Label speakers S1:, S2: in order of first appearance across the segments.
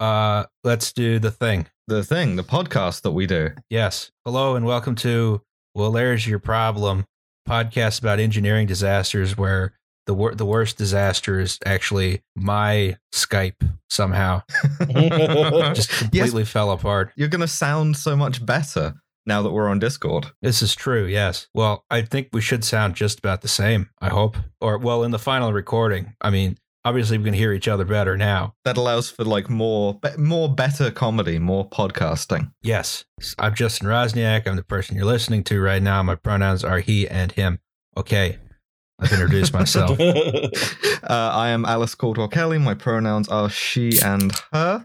S1: Uh, let's do the thing.
S2: The thing, the podcast that we do.
S1: Yes. Hello and welcome to Well, There's Your Problem podcast about engineering disasters where the, wor- the worst disaster is actually my Skype somehow.
S2: Oh,
S1: Just completely fell apart.
S2: You're going to sound so much better now that we're on Discord.
S1: This is true, yes. Well, I think we should sound just about the same, I hope. Or, well, in the final recording, I mean, obviously we can hear each other better now.
S2: That allows for like more, be- more better comedy, more podcasting.
S1: Yes, I'm Justin Rosniak. I'm the person you're listening to right now. My pronouns are he and him. Okay, I've introduced myself.
S3: Oh.
S2: Uh, I am Alice Caldwell Kelly. My pronouns are she and her.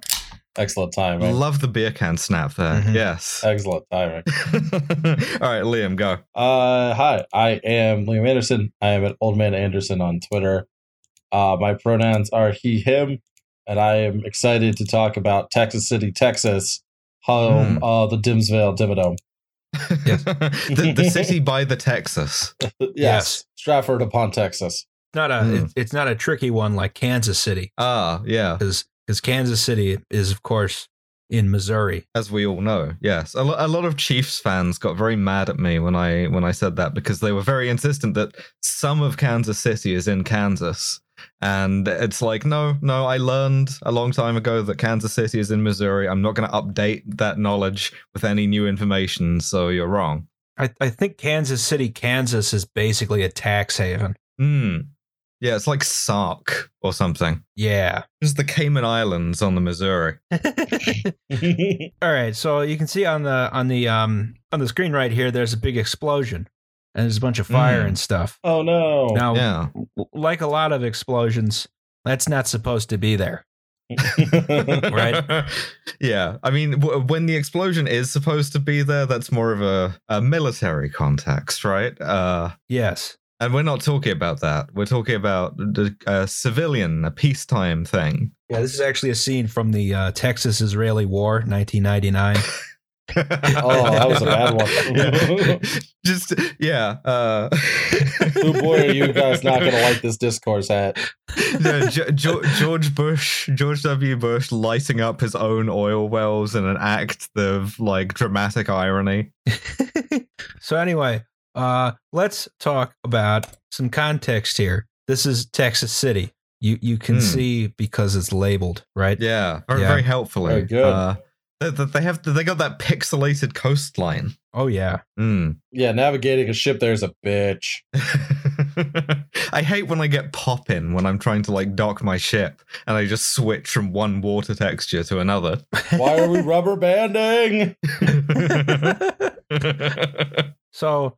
S3: Excellent time.
S2: Love the beer can snap there.
S1: Mhm.
S2: Yes.
S3: Excellent timing.
S2: All right, Liam, go.
S3: Uh, hi, I am Liam Anderson. I am at Old Man Anderson on Twitter. Uh, my pronouns are he, him, and I am excited to talk about Texas City, Texas, home
S2: Hmm.
S3: of the Dimsvale Dimmadome.
S1: Yes.
S2: the, the city by the Texas.
S3: Uh, Yes,
S1: Yes.
S3: Stratford upon Texas.
S1: Not a,
S2: Hmm.
S1: it- it's not a tricky one like Kansas City,
S2: Ah, yeah.
S1: because Kansas City is of course in Missouri.
S2: as we all know yes a, lo- a lot of chiefs fans got very mad at me when i when i said that because they were very insistent that some of kansas city is in kansas and it's like no no i learned a long time ago that kansas city is in missouri i'm not going to update that knowledge with any new information so you're wrong
S1: I, I think Kansas City, Kansas is basically a tax haven.
S2: Hmm. yeah it's like sark or something
S1: Yeah.
S2: it's the cayman islands on the missouri
S1: All right, so you can see on the on the um on the screen right here, there's a big explosion, and there's a bunch of fire
S2: Mm.
S1: and stuff.
S3: oh no!
S1: Now,
S2: yeah
S1: like a lot of explosions, that's not supposed to be there. Right.
S2: yeah. I mean, w- when the explosion is supposed to be there, that's more of a, a military context, right? Uh,
S1: Yes,
S2: and we're not talking about that. We're talking about the uh, civilian, a peacetime thing.
S1: yeah, this is actually a scene from the uh, Texas-Israeli War, 1999.
S2: oh,
S3: that was a bad one.
S2: Just yeah. Uh...
S3: oh boy, are you guys not going to like this discourse at?
S2: no, Ge- Ge- George Bush, George W. Bush, lighting up his own oil wells in an act of like dramatic irony.
S1: so anyway, uh, let's talk about some context here. This is Texas City. You you can
S2: Hmm.
S1: see because it's labeled, right?
S2: Yeah, very,
S1: Yeah.
S2: very helpfully.
S3: Very good.
S2: Uh, they, they- they have they got that pixelated coastline.
S1: Oh yeah.
S2: Mm.
S3: Yeah, navigating a ship there is a bitch.
S2: I hate when I get pop in when I'm trying to like dock my ship and I just switch from one water texture to another.
S3: Why are we rubber banding?
S1: So,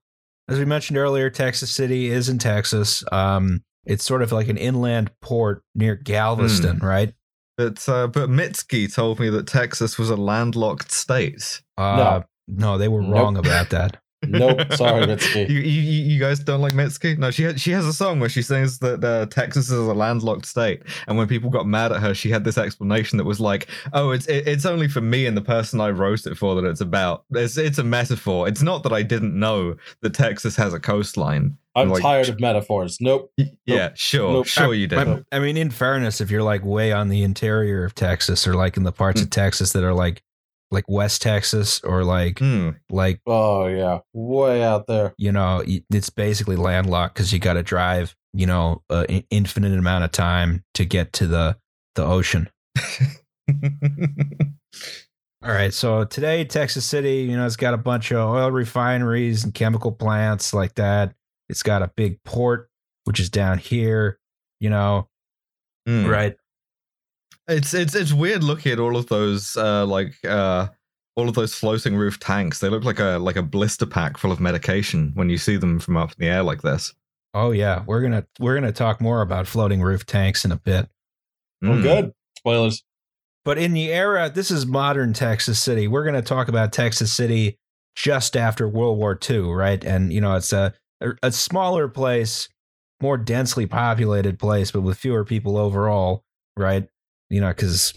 S1: as we mentioned earlier, Texas City is in Texas. Um, it's sort of like an inland port near Galveston,
S3: Hmm.
S1: right?
S2: but uh, but Mitski told me that Texas was a landlocked state.
S1: Uh, no. they were
S3: Nope.
S1: wrong about that.
S3: Nope, sorry, Mitski.
S2: you, you you you guys don't like Mitski? No, she ha- she has a song where she sings that uh, Texas is a landlocked state, and when people got mad at her, she had this explanation that was like, "Oh, it's it, it's only for me and the person I wrote it for that it's about. It's it's a metaphor. It's not that I didn't know that Texas has a coastline.
S3: I'm
S2: Like-
S3: tired of metaphors. Nope.
S2: Y- Yeah, sure,
S3: Nope.
S2: sure you did.
S1: I, I mean, in fairness, if you're like way on the interior of Texas, or like in the parts of Texas that are like like West Texas, or like
S2: Hmm.
S1: like
S3: Oh yeah, way out there.
S1: you know, y- it's basically landlocked because you got to drive, you know, an infinite amount of time to get to the the ocean. All right. So today, Texas City, you know, it's got a bunch of oil refineries and chemical plants like that. It's got a big port, which is down here, you know,
S2: Hmm.
S1: right?
S2: It's it's it's weird looking at all of those uh like uh all of those floating roof tanks. They look like a like a blister pack full of medication when you see them from up in the air like this.
S1: Oh yeah. We're gonna we're gonna talk more about floating roof tanks in a bit.
S3: We're
S1: Oh,
S2: Mm.
S3: good. Spoilers.
S1: But in the era, this is modern Texas City. We're going to talk about Texas City just after World War II, right? And you know, it's a a smaller place, more densely populated place, but with fewer people overall, right? You know, because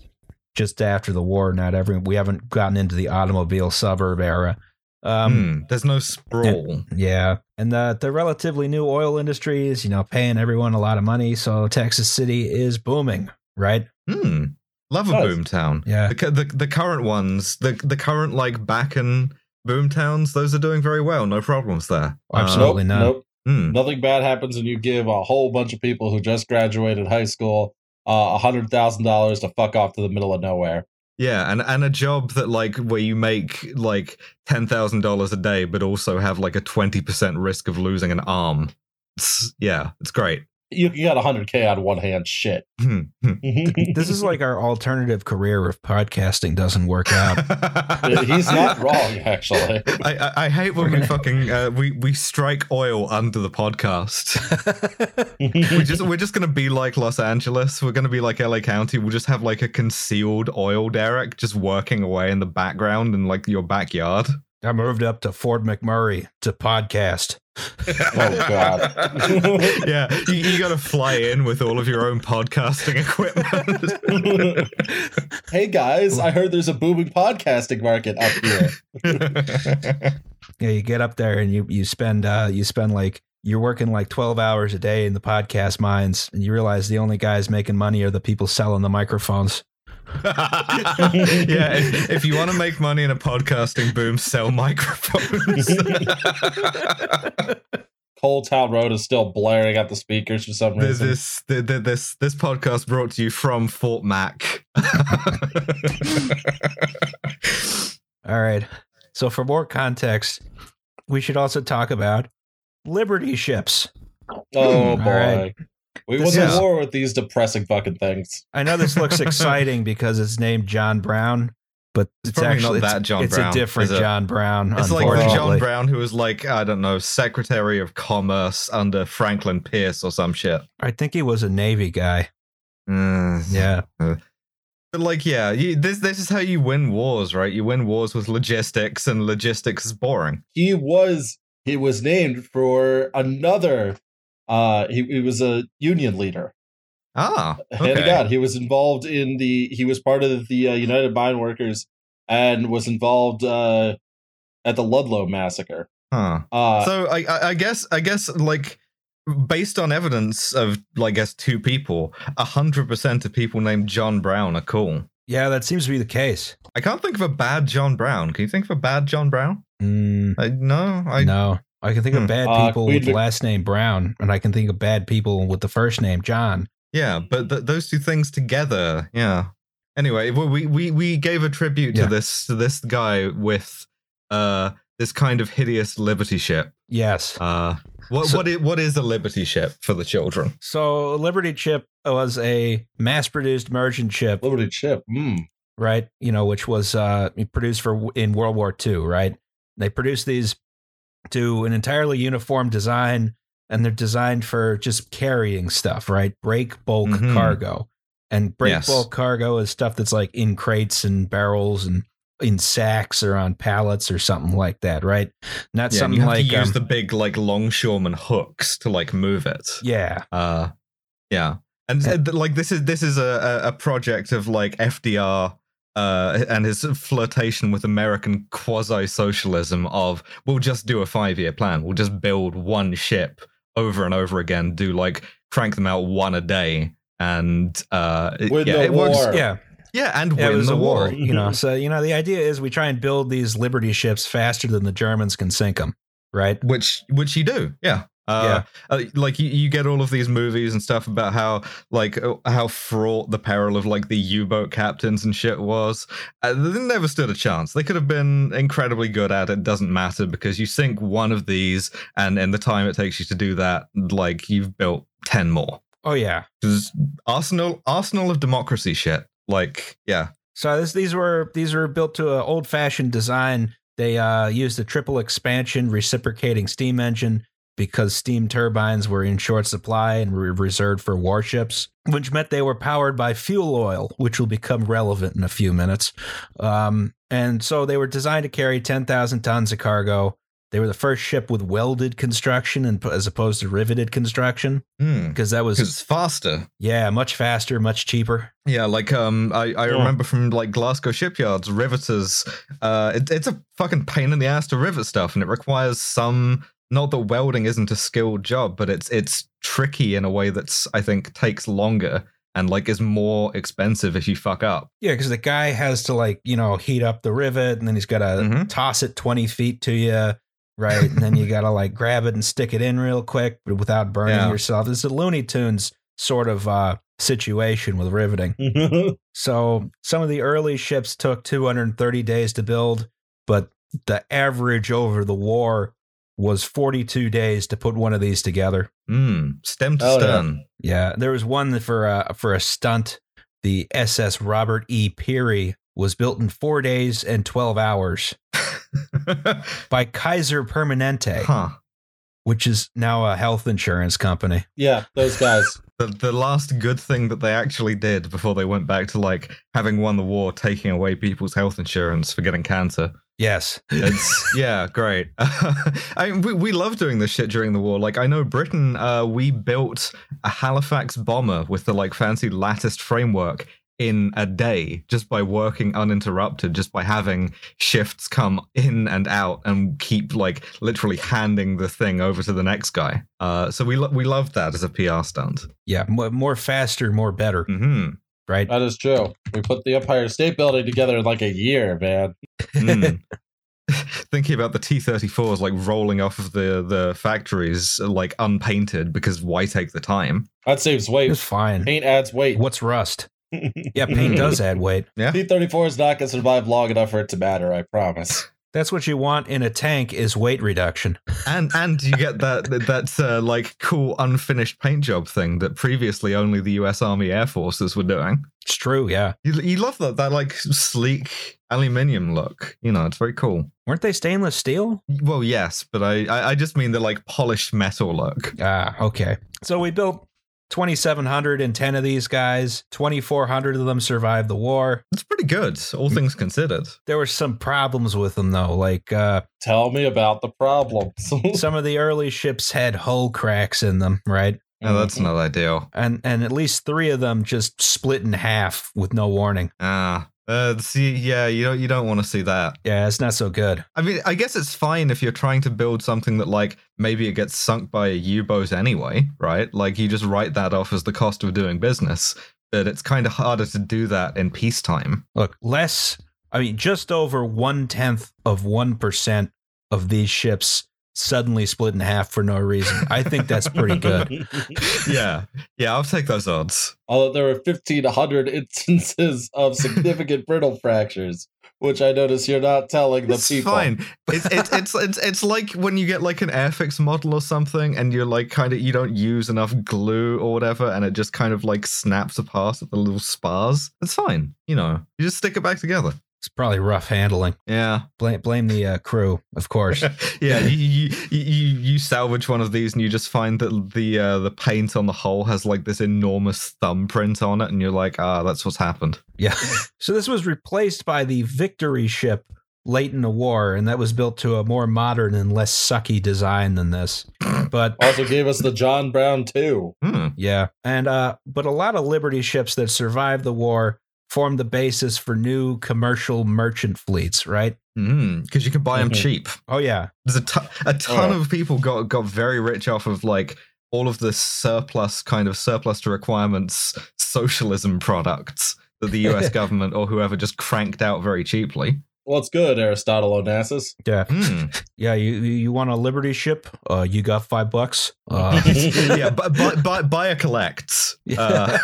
S1: just after the war, not every we haven't gotten into the automobile suburb era. Um,
S2: Mm. There's no sprawl.
S1: Yeah, and the the relatively new oil industry is you know paying everyone a lot of money, so Texas City is booming, right?
S2: Hmm. Love a
S3: Nice.
S2: boomtown.
S1: Yeah.
S2: The, cu- the the current ones, the the current like Bakken boomtowns, those are doing very well. No problems there.
S1: Absolutely. not.
S3: Nope.
S2: Mm.
S3: Nothing bad happens, and you give a whole bunch of people who just graduated high school uh, a hundred thousand dollars to fuck off to the middle of nowhere.
S2: Yeah, and and a job that like where you make like ten thousand dollars a day, but also have like a twenty percent risk of losing an arm. It's, yeah, it's great.
S3: You, you got hundred k on one hand. Shit.
S2: Hmm, hmm.
S1: this is like our alternative career if podcasting doesn't work out.
S3: He's not wrong, actually.
S2: I, I, I hate when we fucking uh, we we strike oil under the podcast. we just we're just gonna be like Los Angeles. We're gonna be like LA County. We'll just have like a concealed oil derrick just working away in the background in like your backyard.
S1: I moved up to Ford McMurray to podcast.
S3: Oh, God.
S2: yeah, you, you got to fly in with all of your own podcasting equipment.
S3: hey guys, I heard there's a booming podcasting market up here.
S1: Yeah, you get up there and you you spend uh you spend like you're working like 12 hours a day in the podcast mines and you realize the only guys making money are the people selling the microphones.
S2: yeah, if, if you want to make money in a podcasting boom, sell microphones.
S3: Coal Town Road is still blaring at the speakers for some
S2: There's
S3: reason.
S2: this th- th- this this podcast brought to you from Fort Mac.
S1: All right. So for more context, we should also talk about Liberty ships.
S3: oh
S1: Hmm,
S3: boy.
S1: all right.
S3: We
S1: This
S3: won the
S2: is-
S3: war with these depressing fucking things.
S1: I know this looks exciting because it's named John Brown, but it's,
S2: probably
S1: actually
S2: not
S1: it's-
S2: that John
S1: it's
S2: Brown,
S1: a different
S2: is it?
S1: John Brown.
S2: It's like the John
S1: unfortunately.
S2: Brown who was like I don't know, Secretary of Commerce under Franklin Pierce or some shit.
S1: I think he was a Navy guy.
S2: Mm.
S1: Yeah.
S2: But like, yeah, you, this this is how you win wars, right? You win wars with logistics, and logistics is boring.
S3: He was he was named for another uh he, he was a union leader.
S2: Ah,
S3: Hand to
S2: okay.
S3: God, he was involved in the. He was part of the uh, United Mine Workers and was involved uh, at the Ludlow massacre.
S2: Huh.
S3: Uh,
S2: So I, I I guess I guess like based on evidence of I guess two people, a hundred percent of people named John Brown are cool.
S1: Yeah, that seems to be the case.
S2: I can't think of a bad John Brown. Can you think of a bad John Brown?
S1: Mm,
S2: I, no, I
S1: no. I can think
S2: Hmm.
S1: of bad
S3: Uh,
S1: people
S3: Queen
S1: with the
S3: Vic-
S1: last name Brown, and I can think of bad people with the first name John.
S2: Yeah, but th- those two things together, yeah. Anyway, well, we we we gave a tribute
S1: Yeah.
S2: to this to this guy with uh this kind of hideous liberty ship.
S1: Yes.
S2: Uh what
S1: So-
S2: what is, what is a liberty ship for the children?
S1: So Liberty ship was a mass-produced merchant ship
S3: Liberty Chip. Mm.
S1: right? You know, which was uh, produced for in World War II, right? They produced these to an entirely uniform design, and they're designed for just carrying stuff, right? Break bulk
S2: Mhm.
S1: cargo, and break
S2: Yes.
S1: bulk cargo is stuff that's like in crates and barrels and in sacks or on pallets or something like that, right? Not
S2: Yeah, and
S1: something
S2: you have
S1: like
S2: to use
S1: um,
S2: the big like longshoreman hooks to like move it.
S1: yeah,
S2: Uh yeah. And
S1: Yeah.
S2: th- like this is this is a a a project of like FDR uh, and his flirtation with American quasi-socialism of we'll just do a five-year plan. We'll just build one ship over and over again. Do like crank them out one a day, and uh, it-
S3: Win
S2: yeah,
S3: the
S2: it works.
S3: war.
S1: yeah.
S2: Yeah, and
S1: Yeah, it
S2: win
S1: was
S2: the
S1: a war,
S2: war. Mm-hmm.
S1: you know. So you know, the idea is we try and build these liberty ships faster than the Germans can sink them, right?
S2: which which you do yeah uh, uh, like you, you get all of these movies and stuff about how like uh, how fraught the peril of like the U-boat captains and shit was. Uh, they never stood a chance. They could have been incredibly good at it. Doesn't matter because you sink one of these, and in the time it takes you to do that, like you've built ten more.
S1: Oh yeah,
S2: 'Cause arsenal arsenal of democracy shit. Like yeah,
S1: So this, these were these were built to an old fashioned design. They uh, used a triple expansion reciprocating steam engine because steam turbines were in short supply and were reserved for warships, which meant they were powered by fuel oil, which will become relevant in a few minutes. Um, and so they were designed to carry ten thousand tons of cargo. They were the first ship with welded construction and as opposed to riveted construction
S2: Hmm. 'Cause
S1: because that was
S2: it's faster.
S1: yeah much faster, much cheaper.
S2: Yeah, like um, I, I
S3: Yeah.
S2: remember from like Glasgow shipyards, riveters. Uh, it, it's a fucking pain in the ass to rivet stuff, and it requires some. Not that welding isn't a skilled job, but it's it's tricky in a way that's I think takes longer and like is more expensive if you fuck up.
S1: Yeah, because the guy has to like you know heat up the rivet, and then he's got to
S2: Mhm.
S1: toss it twenty feet to you, right? and then you got to like grab it and stick it in real quick, but without burning
S2: Yeah.
S1: yourself. It's a Looney Tunes sort of uh, situation with riveting. So some of the early ships took two hundred and thirty days to build, but the average over the war was forty-two days to put one of these together.
S2: Mm, stem to
S3: Oh, yeah.
S2: stern.
S1: Yeah, there was one for uh, for a stunt. The SS Robert E. Peary was built in four days and twelve hours by Kaiser Permanente,
S2: huh.
S1: which is now a health insurance company.
S3: yeah, those guys.
S2: The, the last good thing that they actually did before they went back to like having won the war, taking away people's health insurance for getting cancer.
S1: Yes,
S2: It's yeah, great. I mean, we we love doing this shit during the war. Like I know Britain, uh, we built a Halifax bomber with the like fancy latticed framework in a day just by working uninterrupted, just by having shifts come in and out and keep like literally handing the thing over to the next guy. Uh, so we lo- we love that as a PR stunt.
S1: yeah, more, more faster, more better,
S2: hmm
S1: right?
S3: That is true. We put the Empire State Building together in like a year, man.
S2: Mm. Thinking about the T-34s like rolling off of the the factories like unpainted because why take the time?
S3: That saves
S1: It
S3: weight.
S1: was fine.
S3: Paint adds weight.
S1: What's rust? Yeah, paint does add weight.
S3: T thirty four is not gonna survive long enough for it to matter. I promise.
S1: That's what you want in a tank is weight reduction.
S2: And and you get that that uh, like cool unfinished paint job thing that previously only the U.S. Army Air Forces were doing.
S1: It's true, yeah.
S2: You, you love that that like sleek aluminium look. You know, it's very cool.
S1: Weren't they stainless steel?
S2: Well, yes, but I I, I just mean the like polished metal look.
S1: Ah, okay. So we built 2,710 of these guys. 2,400 of them survived the war.
S2: It's pretty good, all things considered.
S1: There were some problems with them, though. Like uh,
S3: Tell me about the problems.
S1: some of the early ships had hull cracks in them, right?
S2: No, Oh, that's not ideal.
S1: And and at least three of them just split in half with no warning.
S2: Ah, uh, see, yeah, you don't you don't want to see that.
S1: Yeah, it's not so good.
S2: I mean, I guess it's fine if you're trying to build something that, like, maybe it gets sunk by a U boat anyway, right? Like, you just write that off as the cost of doing business. But it's kind of harder to do that in peacetime.
S1: Look, less. I mean, just over one tenth of one percent of these ships suddenly split in half for no reason. I think that's pretty good.
S2: yeah. Yeah, I'll take those odds.
S3: Although there were fifteen hundred instances of significant brittle fractures, which I notice you're not telling the
S2: It's
S3: people.
S2: fine. It's, it's, it's, it's, it's like when you get, like, an Airfix model or something, and you're, like, kind of, you don't use enough glue or whatever, and it just kind of, like, snaps apart at the little spars. It's fine. You know, you just stick it back together.
S1: It's probably rough handling.
S2: Yeah.
S1: Blame blame the uh, crew, of course.
S2: yeah, you, you you you you salvage one of these and you just find that the uh, the paint on the hull has like this enormous thumbprint on it, and you're like, ah, that's what's happened.
S1: Yeah. So this was replaced by the Victory ship late in the war, and that was built to a more modern and less sucky design than this. But
S2: Oh.
S3: Also gave us the John Brown too.
S2: Hmm.
S1: yeah, and uh, but a lot of Liberty ships that survived the war formed the basis for new commercial merchant fleets, right?
S2: Because hmm, you can buy them
S3: Mhm.
S2: cheap.
S1: Oh yeah,
S2: There's a ton, a ton
S3: Oh.
S2: of people got got very rich off of like all of the surplus kind of surplus to requirements socialism products that the U.S. government or whoever just cranked out very cheaply.
S3: What's good, Aristotle Onassis?
S1: yeah,
S2: Hmm.
S1: yeah. You you you want a Liberty ship? Uh, you got five bucks. Uh,
S2: yeah, bu- bu- buy buy a collect. Uh,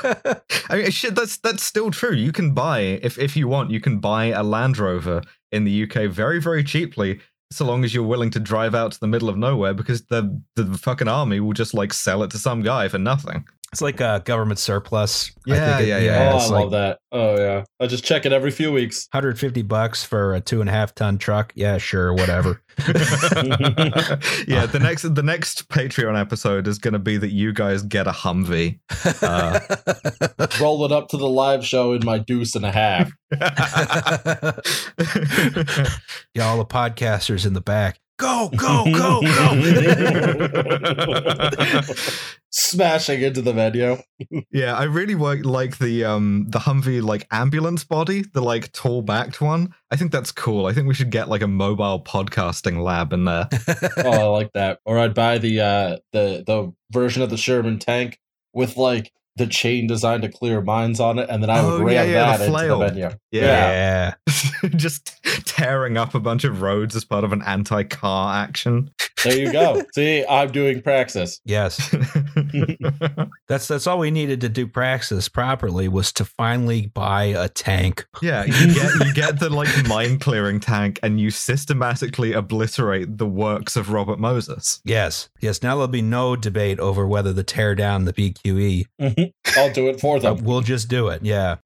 S2: I mean, shit, that's that's still true. You can buy if if you want, you can buy a Land Rover in the UK very very cheaply, so long as you're willing to drive out to the middle of nowhere because the the fucking army will just like sell it to some guy for nothing.
S1: it's like a government surplus.
S2: Yeah, yeah, yeah.
S3: oh, I
S1: it's
S3: love
S1: like-
S3: that. Oh yeah, I just check it every few weeks.
S1: 150 bucks for a two and a half ton truck. Yeah, sure, whatever.
S2: yeah, the next the next Patreon episode is going to be that you guys get a Humvee. Uh.
S3: Roll it up to the live show in my deuce and a half.
S1: yeah, all the podcasters in the back. Go, go, go, go.
S3: Smashing into the venue.
S2: Yeah, I really like like the um the Humvee like ambulance body, the like tall backed one. I think that's cool. I think we should get like a mobile podcasting lab in there.
S3: Oh, I like that. Or I'd buy the uh the the version of the Sherman tank with like the chain designed to clear mines on it, and then I would
S2: Oh,
S3: ram
S2: yeah, yeah, the
S3: that into the
S2: flail.
S3: menu.
S2: Yeah. Just tearing up a bunch of roads as part of an anti car action.
S3: There you go. See, I'm doing praxis.
S1: Yes. That's that's all we needed to do praxis properly was to finally buy a tank.
S2: yeah, you get, you get the like mine clearing tank and you systematically obliterate the works of Robert Moses.
S1: Yes. Yes. Now there'll be no debate over whether to tear down the BQE.
S3: I'll do it for
S1: Uh,
S3: them.
S1: we'll just do it. Yeah.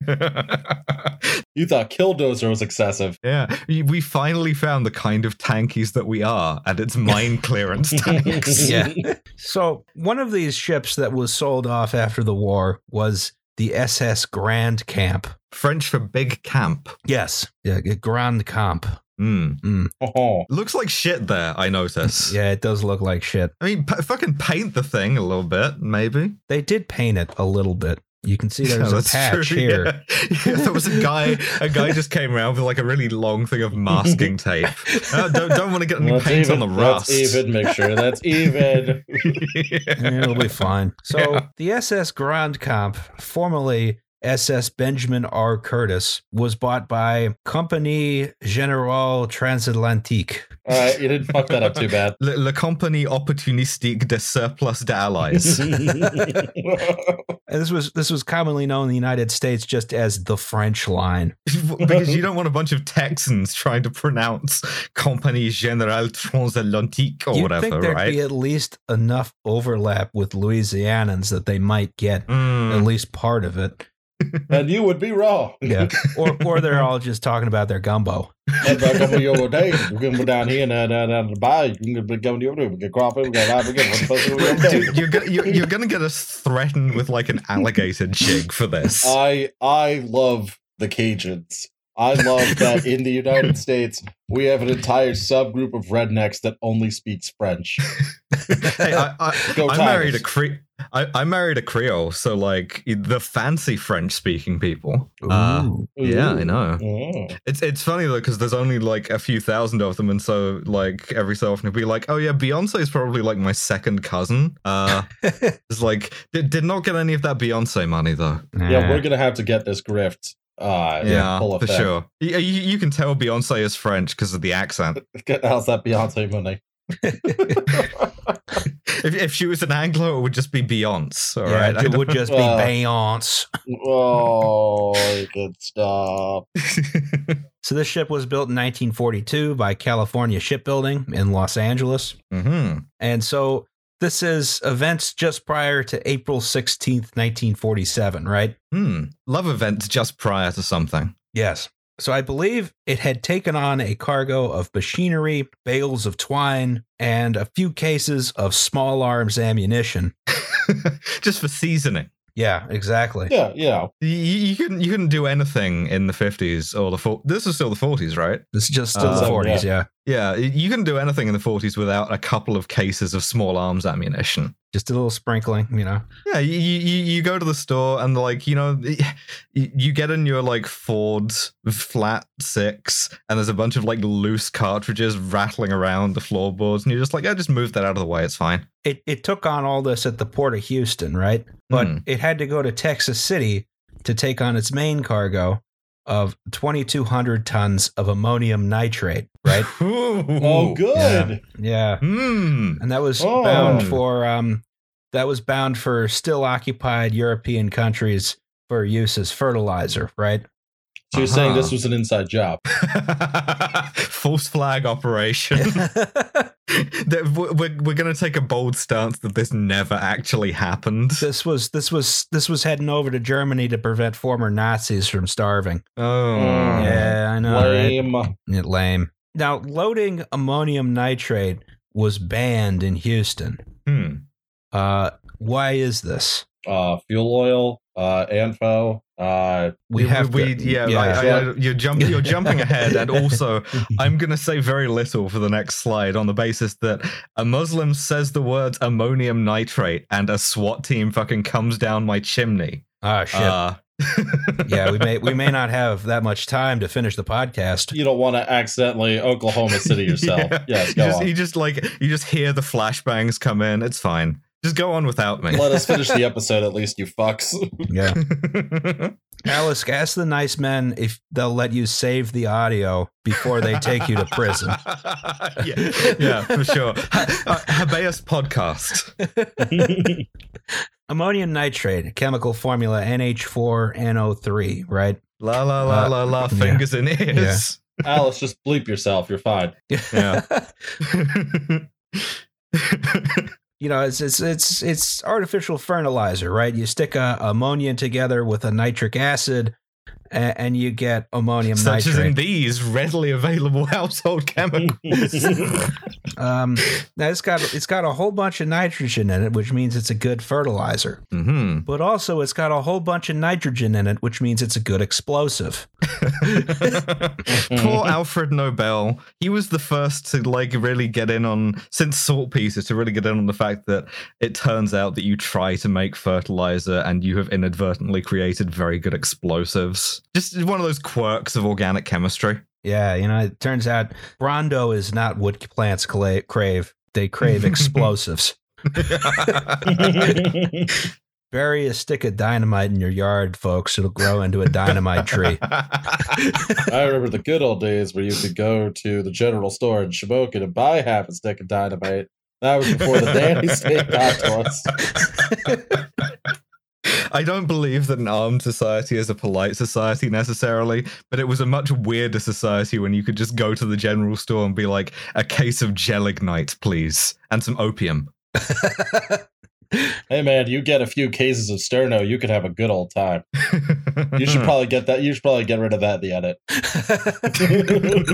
S3: You thought Killdozer was excessive.
S2: Yeah, we finally found the kind of tankies that we are, and it's mine clearance tanks.
S1: Yeah. So one of these ships that was sold off after the war was the SS Grand Camp.
S2: French for big camp.
S1: Yes. Yeah, Grand Camp.
S2: Mm.
S3: Oh,
S2: Looks like shit there, I notice.
S1: Yeah, it does look like shit.
S2: I mean, p- fucking paint the thing a little bit, maybe.
S1: They did paint it a little bit. You can see there's
S2: Yeah,
S1: a
S2: Oh, that's
S1: patch
S2: true,
S1: here.
S2: Yeah. Yeah, there was a guy. A guy just came around with like a really long thing of masking tape. Uh, don't don't want to get any
S3: let's
S2: paint
S3: even,
S2: on the
S3: let's
S2: rust.
S3: even make sure that's even.
S1: Eh, It'll be fine. So
S2: Yeah.
S1: the SS Grand Comp, formerly SS Benjamin R. Curtis, was bought by Compagnie Generale Transatlantique.
S3: All right, you didn't fuck that up too bad.
S2: Le, le compagnie opportunistique de surplus d'allies.
S1: And this was this was commonly known in the United States just as the French line.
S2: because you don't want a bunch of Texans trying to pronounce Compagnie Generale Transatlantique
S1: You'd
S2: or
S1: think
S2: Oh, whatever,
S1: there'd
S2: right?
S1: be at least enough overlap with Louisianans that they might get
S2: Mm.
S1: at least part of it.
S3: and you would be wrong.
S1: Yeah. or or they're all just talking about their gumbo.
S3: And back up on your old day, we can go down here and uh, down, down to the bayou. You can go to your room. We can crop it. We can live again. What the fuck are we gonna do?
S2: Dude, you're gonna you're, you're gonna get us threatened with like an alligator jig for this.
S3: I I love the Cajuns. I love that in the United States we have an entire subgroup of rednecks that only speaks French.
S2: hey, I, I,
S3: Go
S2: I married
S3: Tigers.
S2: a Cre- I, I married a Creole, so like the fancy French speaking people. Uh,
S1: Ooh.
S2: yeah, I
S3: Ooh.
S2: know.
S3: Oh.
S2: It's it's funny though because there's only like a few thousand of them, and so like every so often it'd be like, oh yeah, Beyonce is probably like my second cousin. Uh, it's like did, did not get any of that Beyonce money though.
S3: Yeah, we're gonna have to get this grift. Uh,
S2: Yeah,
S3: full
S2: for
S3: effect.
S2: sure. You, you, you can tell Beyonce is French because of the accent.
S3: How's that Beyonce money?
S2: If, if she was an Anglo, it would just be Beyonce. All
S1: Yeah,
S2: right,
S1: it would just be
S3: Uh,
S1: Bayonce.
S3: Oh, you can stop.
S1: So this ship was built in 1942 by California Shipbuilding in Los Angeles.
S2: hmm
S1: And so this is events just prior to April 16th, 1947, right?
S2: Hmm. Love events just prior to something.
S1: Yes. So I believe it had taken on a cargo of machinery, bales of twine, and a few cases of small arms ammunition.
S2: just for seasoning.
S1: Yeah, exactly.
S3: Yeah, yeah.
S2: You, you couldn't you couldn't do anything in the fifties or the four. This is still the forties, right?
S1: It's just still
S2: Uh,
S1: the 40s, yeah.
S2: Yeah, y- you couldn't do anything in the forties without a couple of cases of small arms ammunition.
S1: Just a little sprinkling, you know.
S2: Yeah, you, you you go to the store and like you know, y- you get in your like Ford flat six, and there's a bunch of like loose cartridges rattling around the floorboards, and you're just like, I just move that out of the way. It's fine.
S1: it, it took on all this at the port of Houston, right? But
S2: Hmm.
S1: it had to go to Texas City to take on its main cargo of 2,200 tons of ammonium nitrate, right?
S3: Oh, good.
S1: yeah.
S2: Hmm.
S1: And that was
S3: Oh.
S1: bound for um, that was bound for still occupied European countries for use as fertilizer, right?
S3: So you're saying
S2: Uh-huh.
S3: this was an inside job?
S2: False flag operation. That- we're we're going to take a bold stance that this never actually happened.
S1: this was this was this was heading over to Germany to prevent former Nazis from starving.
S2: Oh,
S3: Mm.
S1: Yeah, I know. right?
S3: Lame.
S1: Yeah, lame. Now, loading ammonium nitrate was banned in Houston.
S2: Hmm.
S1: Uh, why is this?
S3: uh, fuel oil, uh, Anfo. Uh,
S1: We have
S2: we,
S1: to-
S2: yeah,
S1: yeah.
S2: I- I- I- you're jumping you're jumping ahead and also i'm going to say very little for the next slide on the basis that a muslim says the words ammonium nitrate and a swat team fucking comes down my chimney
S1: Ah, shit.
S2: Uh,
S1: yeah, we may we may not have that much time to finish the podcast.
S3: you don't want to accidentally Oklahoma City yourself.
S2: Yeah.
S3: Yes,
S2: you
S3: go
S2: just,
S3: on.
S2: you just like you just hear the flashbangs come in it's fine Just go on without me.
S3: Let us finish the episode at least, you fucks.
S1: Yeah. Alice, ask the nice men if they'll let you save the audio before they take you to prison.
S2: yeah, yeah, for sure. Ha- uh, Habeas podcast.
S1: Ammonium nitrate, chemical formula NH4NO3, right?
S2: La la la
S1: Uh,
S2: la la. Fingers in ears.
S3: Alice, just bleep yourself. You're fine.
S1: you know, it's it's it's it's artificial fertilizer, right? You stick a ammonia together with a nitric acid, and, and you get ammonium
S2: Such as in
S1: nitrate.
S2: these readily available household chemicals.
S1: um, now it's got it's got a whole bunch of nitrogen in it, which means it's a good fertilizer.
S2: hmm
S1: But also, it's got a whole bunch of nitrogen in it, which means it's a good explosive.
S2: Poor Alfred Nobel. He was the first to like really get in on since saltpeter to really get in on the fact that it turns out that you try to make fertilizer and you have inadvertently created very good explosives. Just one of those quirks of organic chemistry.
S1: Yeah, you know, it turns out Brondo is not what plants cla- crave; they crave explosives. Bury a stick of dynamite in your yard, folks. It'll grow into a dynamite tree.
S3: I remember the good old days where you could go to the general store in Shamokin and buy half a stick of dynamite. That was before the dandy state got to us.
S2: I don't believe that an armed society is a polite society necessarily, but it was a much weirder society when you could just go to the general store and be like, a case of gelignite, please, and some opium.
S3: Hey man, you get a few cases of sterno, you could have a good old time. You should probably get that. You should probably get rid of that in the edit.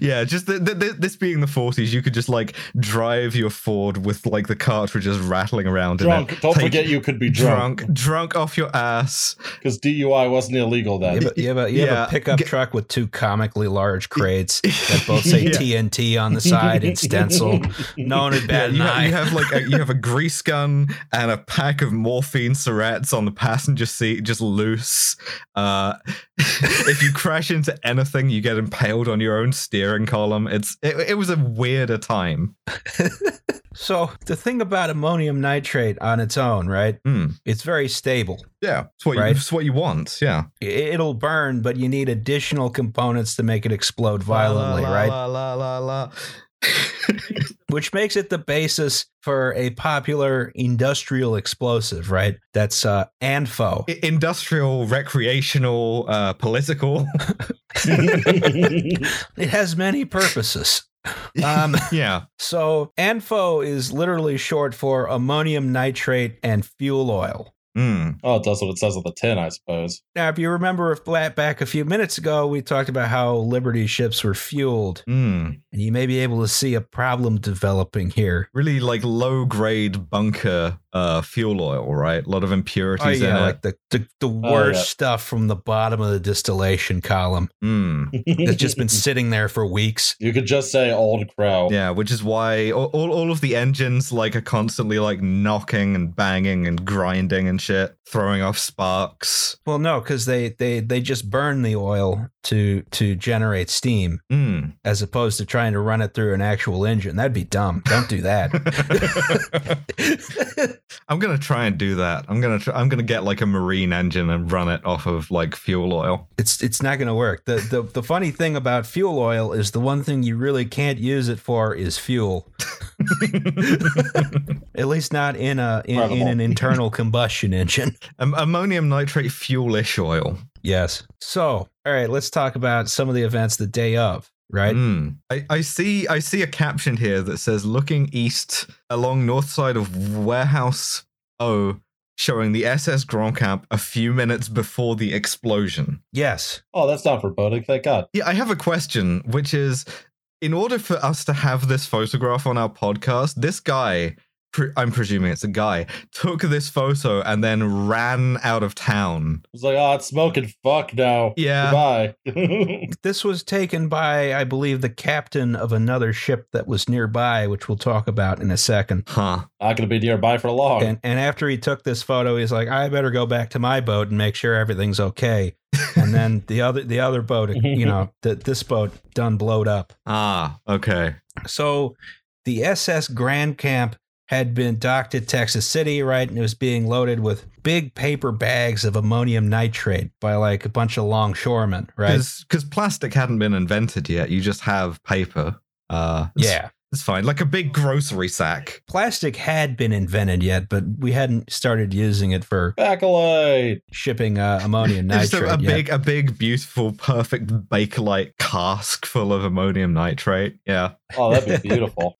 S2: yeah, just th- th- th- this being the 40s, you could just like drive your Ford with like the cartridges rattling around in
S3: Drunk.
S2: it.
S3: Don't
S2: Take-
S3: forget you could be drunk
S2: Drunk, drunk off your ass.
S3: because DUI wasn't illegal
S1: You
S3: then.
S1: have a, you have a, you
S2: Yeah,
S1: have a pickup
S2: get-
S1: truck with two comically large crates that both say
S2: Yeah.
S1: TNT on the side in stencil, known as
S2: Yeah,
S1: Bad
S2: you, ha-
S1: Nine.
S2: you have like a, you have a grease gun and a pack of morphine serrats on the passenger seat, just loose. Uh, if you crash into anything, you get impaled on your own steering column. It's it, it was a weirder time.
S1: so the thing about ammonium nitrate on its own, right?
S2: Hmm.
S1: It's very stable.
S2: Yeah, it's what
S1: Right.
S2: you, it's what you want. Yeah,
S1: I- It'll burn, but you need additional components to make it explode violently,
S2: La, la,
S1: right?
S2: La la la la.
S1: Which makes it the basis for a popular industrial explosive, right? That's uh, ANFO.
S2: I- Industrial, recreational, uh, political.
S1: It has many purposes. Um,
S2: yeah,
S1: So ANFO is literally short for ammonium nitrate and fuel oil.
S2: Mm.
S3: oh, it does what it says on the tin, I suppose.
S1: Now, if you remember if flat back a few minutes ago, we talked about how Liberty ships were fueled,
S2: Mm.
S1: and you may be able to see a problem developing here.
S2: really like low grade bunker uh, fuel oil, right? A lot of impurities
S1: Oh, yeah, Oh,
S2: in it.
S1: like the, the, the
S3: yeah.
S1: worst stuff from the bottom of the distillation column
S2: Mm.
S1: that's just been sitting there for weeks.
S3: You could just say old crow.
S2: Yeah, which is why all, all all of the engines like are constantly like knocking and banging and grinding and shit, throwing off sparks.
S1: Well, no, because they, they, they just burn the oil to to generate steam
S2: Mm.
S1: as opposed to trying to run it through an actual engine. That'd be dumb. Don't do that.
S2: I'm gonna try and do that. I'm gonna try, I'm gonna get like a marine engine and run it off of like fuel oil.
S1: it's it's not going to work. The, the the funny thing about fuel oil is the one thing you really can't use it for is fuel. At least not in a in, in an
S3: Incredible.
S1: internal combustion engine.
S2: Am- ammonium nitrate fuelish oil.
S1: Yes. So, all right, let's talk about some of the events the day of, right?
S2: Mm. I, I see I see a caption here that says looking east along north side of warehouse O showing the SS Grand Camp a few minutes before the explosion.
S1: Yes.
S3: Oh, that's not foreboding. Thank God.
S2: Yeah, I have a question, which is in order for us to have this photograph on our podcast, this guy, pre- I'm presuming it's a guy, took this photo and then ran out of town.
S3: It's like, oh, it's smoking. Fuck no.
S2: Yeah.
S3: Goodbye.
S1: This was taken by I believe the captain of another ship that was nearby, which we'll talk about in a second.
S2: Huh.
S3: not gonna be nearby for
S2: Oh.
S3: long.
S1: And and after he took this photo, he's like, "I better go back to my boat and make sure everything's okay." And then the other the other boat, you know, th- this boat done blowed up.
S2: Ah, okay.
S1: So the SS Grand Camp had been docked at Texas City, right? And it was being loaded with big paper bags of ammonium nitrate by like a bunch of longshoremen, right?
S2: Because plastic hadn't been invented yet. You just have paper. Uh, it's-
S1: Yeah.
S2: It's fine. Like a big grocery sack.
S1: Plastic had been invented yet, but we hadn't started using it for
S3: Bakelite.
S1: shipping uh, ammonium
S2: It's
S1: nitrate.
S2: just a, a
S1: yet.
S2: big, a big, beautiful, perfect bakelite cask full of ammonium nitrate. Yeah.
S3: Oh, that'd be beautiful.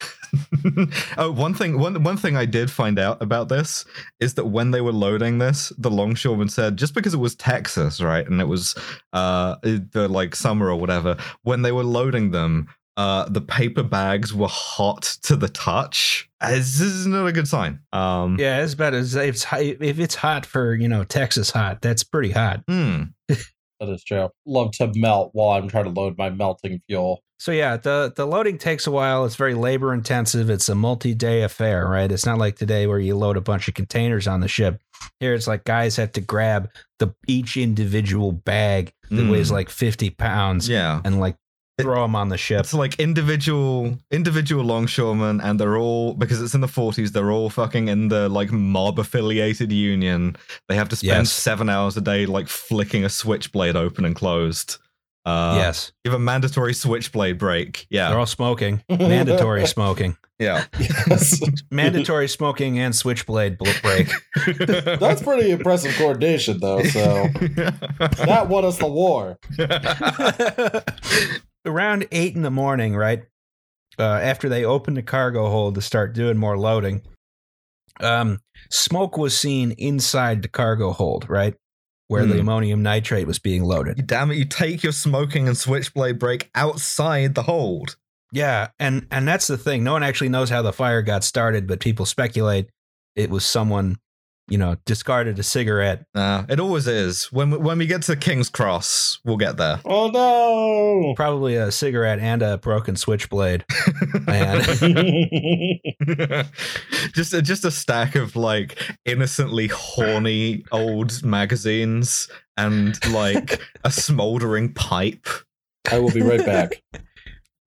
S2: oh, one thing, one one thing I did find out about this is that when they were loading this, the longshoreman said just because it was Texas, right, and it was uh the like summer or whatever, when they were loading them, uh the paper bags were hot to the touch. This is not a good sign. Um,
S1: Yeah, it's about as if it's, hi- if it's hot for you know Texas hot, that's pretty hot.
S2: hmm.
S3: that is true. Love to melt while I'm trying to load my melting fuel.
S1: So yeah, the the loading takes a while. It's very labor intensive. It's a multi day affair, right? It's not like today where you load a bunch of containers on the ship. Here, it's like guys have to grab the each individual bag that
S2: Mm.
S1: weighs like fifty pounds
S2: Yeah.
S1: and like
S2: It-
S1: throw them on the ship.
S2: It's like individual individual longshoremen, and they're all because it's in the forties. They're all fucking in the like mob affiliated union. They have to spend
S1: Yes.
S2: seven hours a day like flicking a switchblade open and closed. Uh,
S1: yes,
S2: give a mandatory switchblade break.
S1: they're
S2: Yeah,
S1: all smoking. Mandatory smoking.
S2: yeah.
S3: Yes.
S1: Mandatory smoking and switchblade bl- break.
S3: That's pretty impressive coordination, though. So that won us the war.
S1: around eight in the morning, right? Uh, after they opened the cargo hold to start doing more loading, um, smoke was seen inside the cargo hold, right? Where the
S2: Hmm.
S1: ammonium nitrate was being
S2: You
S1: loaded.
S2: Damn it! You take your smoking and switchblade break outside the hold.
S1: Yeah, and and that's the thing. No one actually knows how the fire got started, but people speculate it was someone, you know, discarded a cigarette.
S2: Uh, it always is. When we, when we get to King's Cross, we'll get there.
S3: Oh no!
S1: Probably a cigarette and a broken switchblade. Man.
S2: just a, just a stack of like innocently horny old magazines and like a smoldering pipe.
S3: I will be right back.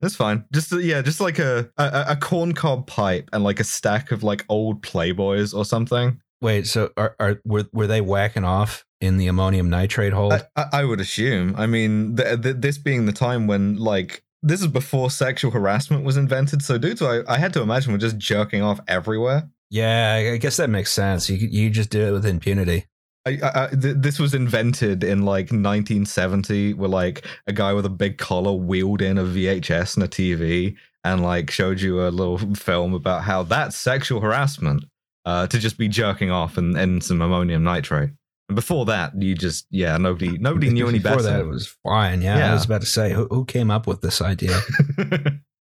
S2: That's fine. Just uh, yeah, just like a a, a corncob pipe and like a stack of like old Playboys or something.
S1: Wait, so are, are were were they whacking off in the ammonium nitrate hold?
S2: I, I I would assume. I mean, th- th- this being the time when like this is before sexual harassment was invented, so dudes, I, I had to imagine were just jerking off everywhere.
S1: Yeah, I- I guess that makes sense. You you just do it with impunity.
S2: I, I, I- th- this was invented in like 1970, where like a guy with a big collar wheeled in a VHS and a TV and like showed you a little film about how that's sexual harassment uh, to just be jerking off and, and some ammonium nitrate. And before that, you just yeah, nobody nobody knew any
S1: Before
S2: better.
S1: that, it was fine. Yeah, I
S2: Yeah.
S1: was about to say, who, who came up with this idea?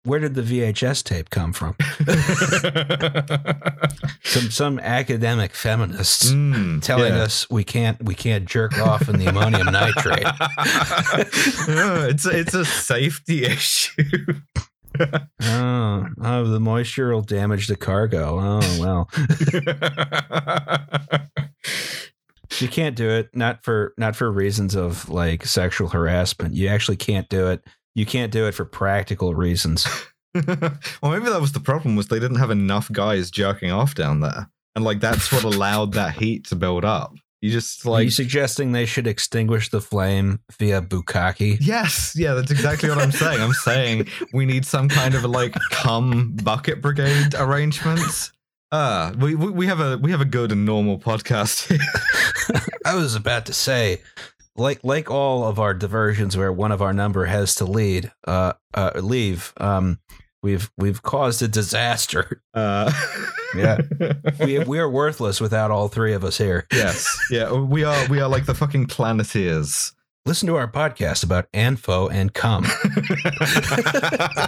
S1: Where did the VHS tape come from? Some some academic feminists
S2: Mm,
S1: telling
S2: yeah.
S1: us we can't we can't jerk off in the ammonium nitrate.
S2: Yeah, it's it's a safety issue.
S1: Oh, oh, the moisture will damage the cargo. Oh well, you can't do it. Not for not for reasons of like sexual harassment. You actually can't do it. You can't do it for practical reasons.
S2: well, maybe that was the problem was they didn't have enough guys jerking off down there, and like that's what allowed that heat to build up. You just
S1: Are you
S2: like
S1: suggesting they should extinguish the flame via bukkake?
S2: yes, yeah, that's exactly what I'm saying. I'm saying we need some kind of a like cum bucket brigade arrangements. Uh, we, we we have a we have a good and normal podcast here.
S1: I was about to say, like like all of our diversions, where one of our number has to lead, uh, uh leave. Um, we've we've caused a disaster.
S2: Uh,
S1: Yeah. We we are worthless without all three of us here.
S2: yes. Yeah. We are. We are like the fucking Planeteers.
S1: Listen to our podcast about Anfo and cum.
S2: I,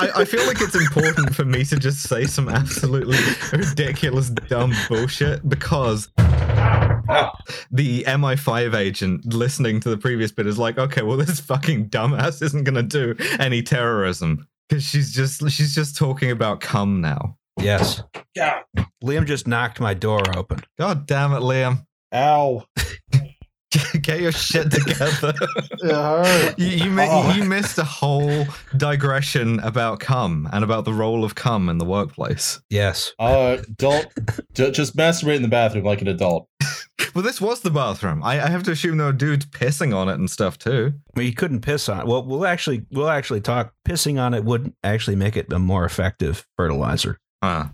S2: I, I feel like it's important for me to just say some absolutely ridiculous, dumb bullshit because the MI5 agent listening to the previous bit is like, okay, well, this fucking dumbass isn't going to do any terrorism because she's just she's just talking about cum now.
S1: Yes,
S3: Yeah.
S1: Liam just knocked my door open.
S2: God damn it, Liam.
S3: Ow.
S2: Get your shit together.
S3: Yeah, all right.
S2: You you, mi-
S3: Oh.
S2: you missed a whole digression about cum and about the role of cum in the workplace.
S1: Yes.
S3: Uh, don't ju- just masturbate in the bathroom like an adult.
S2: Well, this was the bathroom. I, I have to assume there were dudes pissing on it and stuff too.
S1: Well, you couldn't piss on it. Well, we'll actually we'll actually talk. Pissing on it would actually make it a more effective fertilizer
S2: Huh.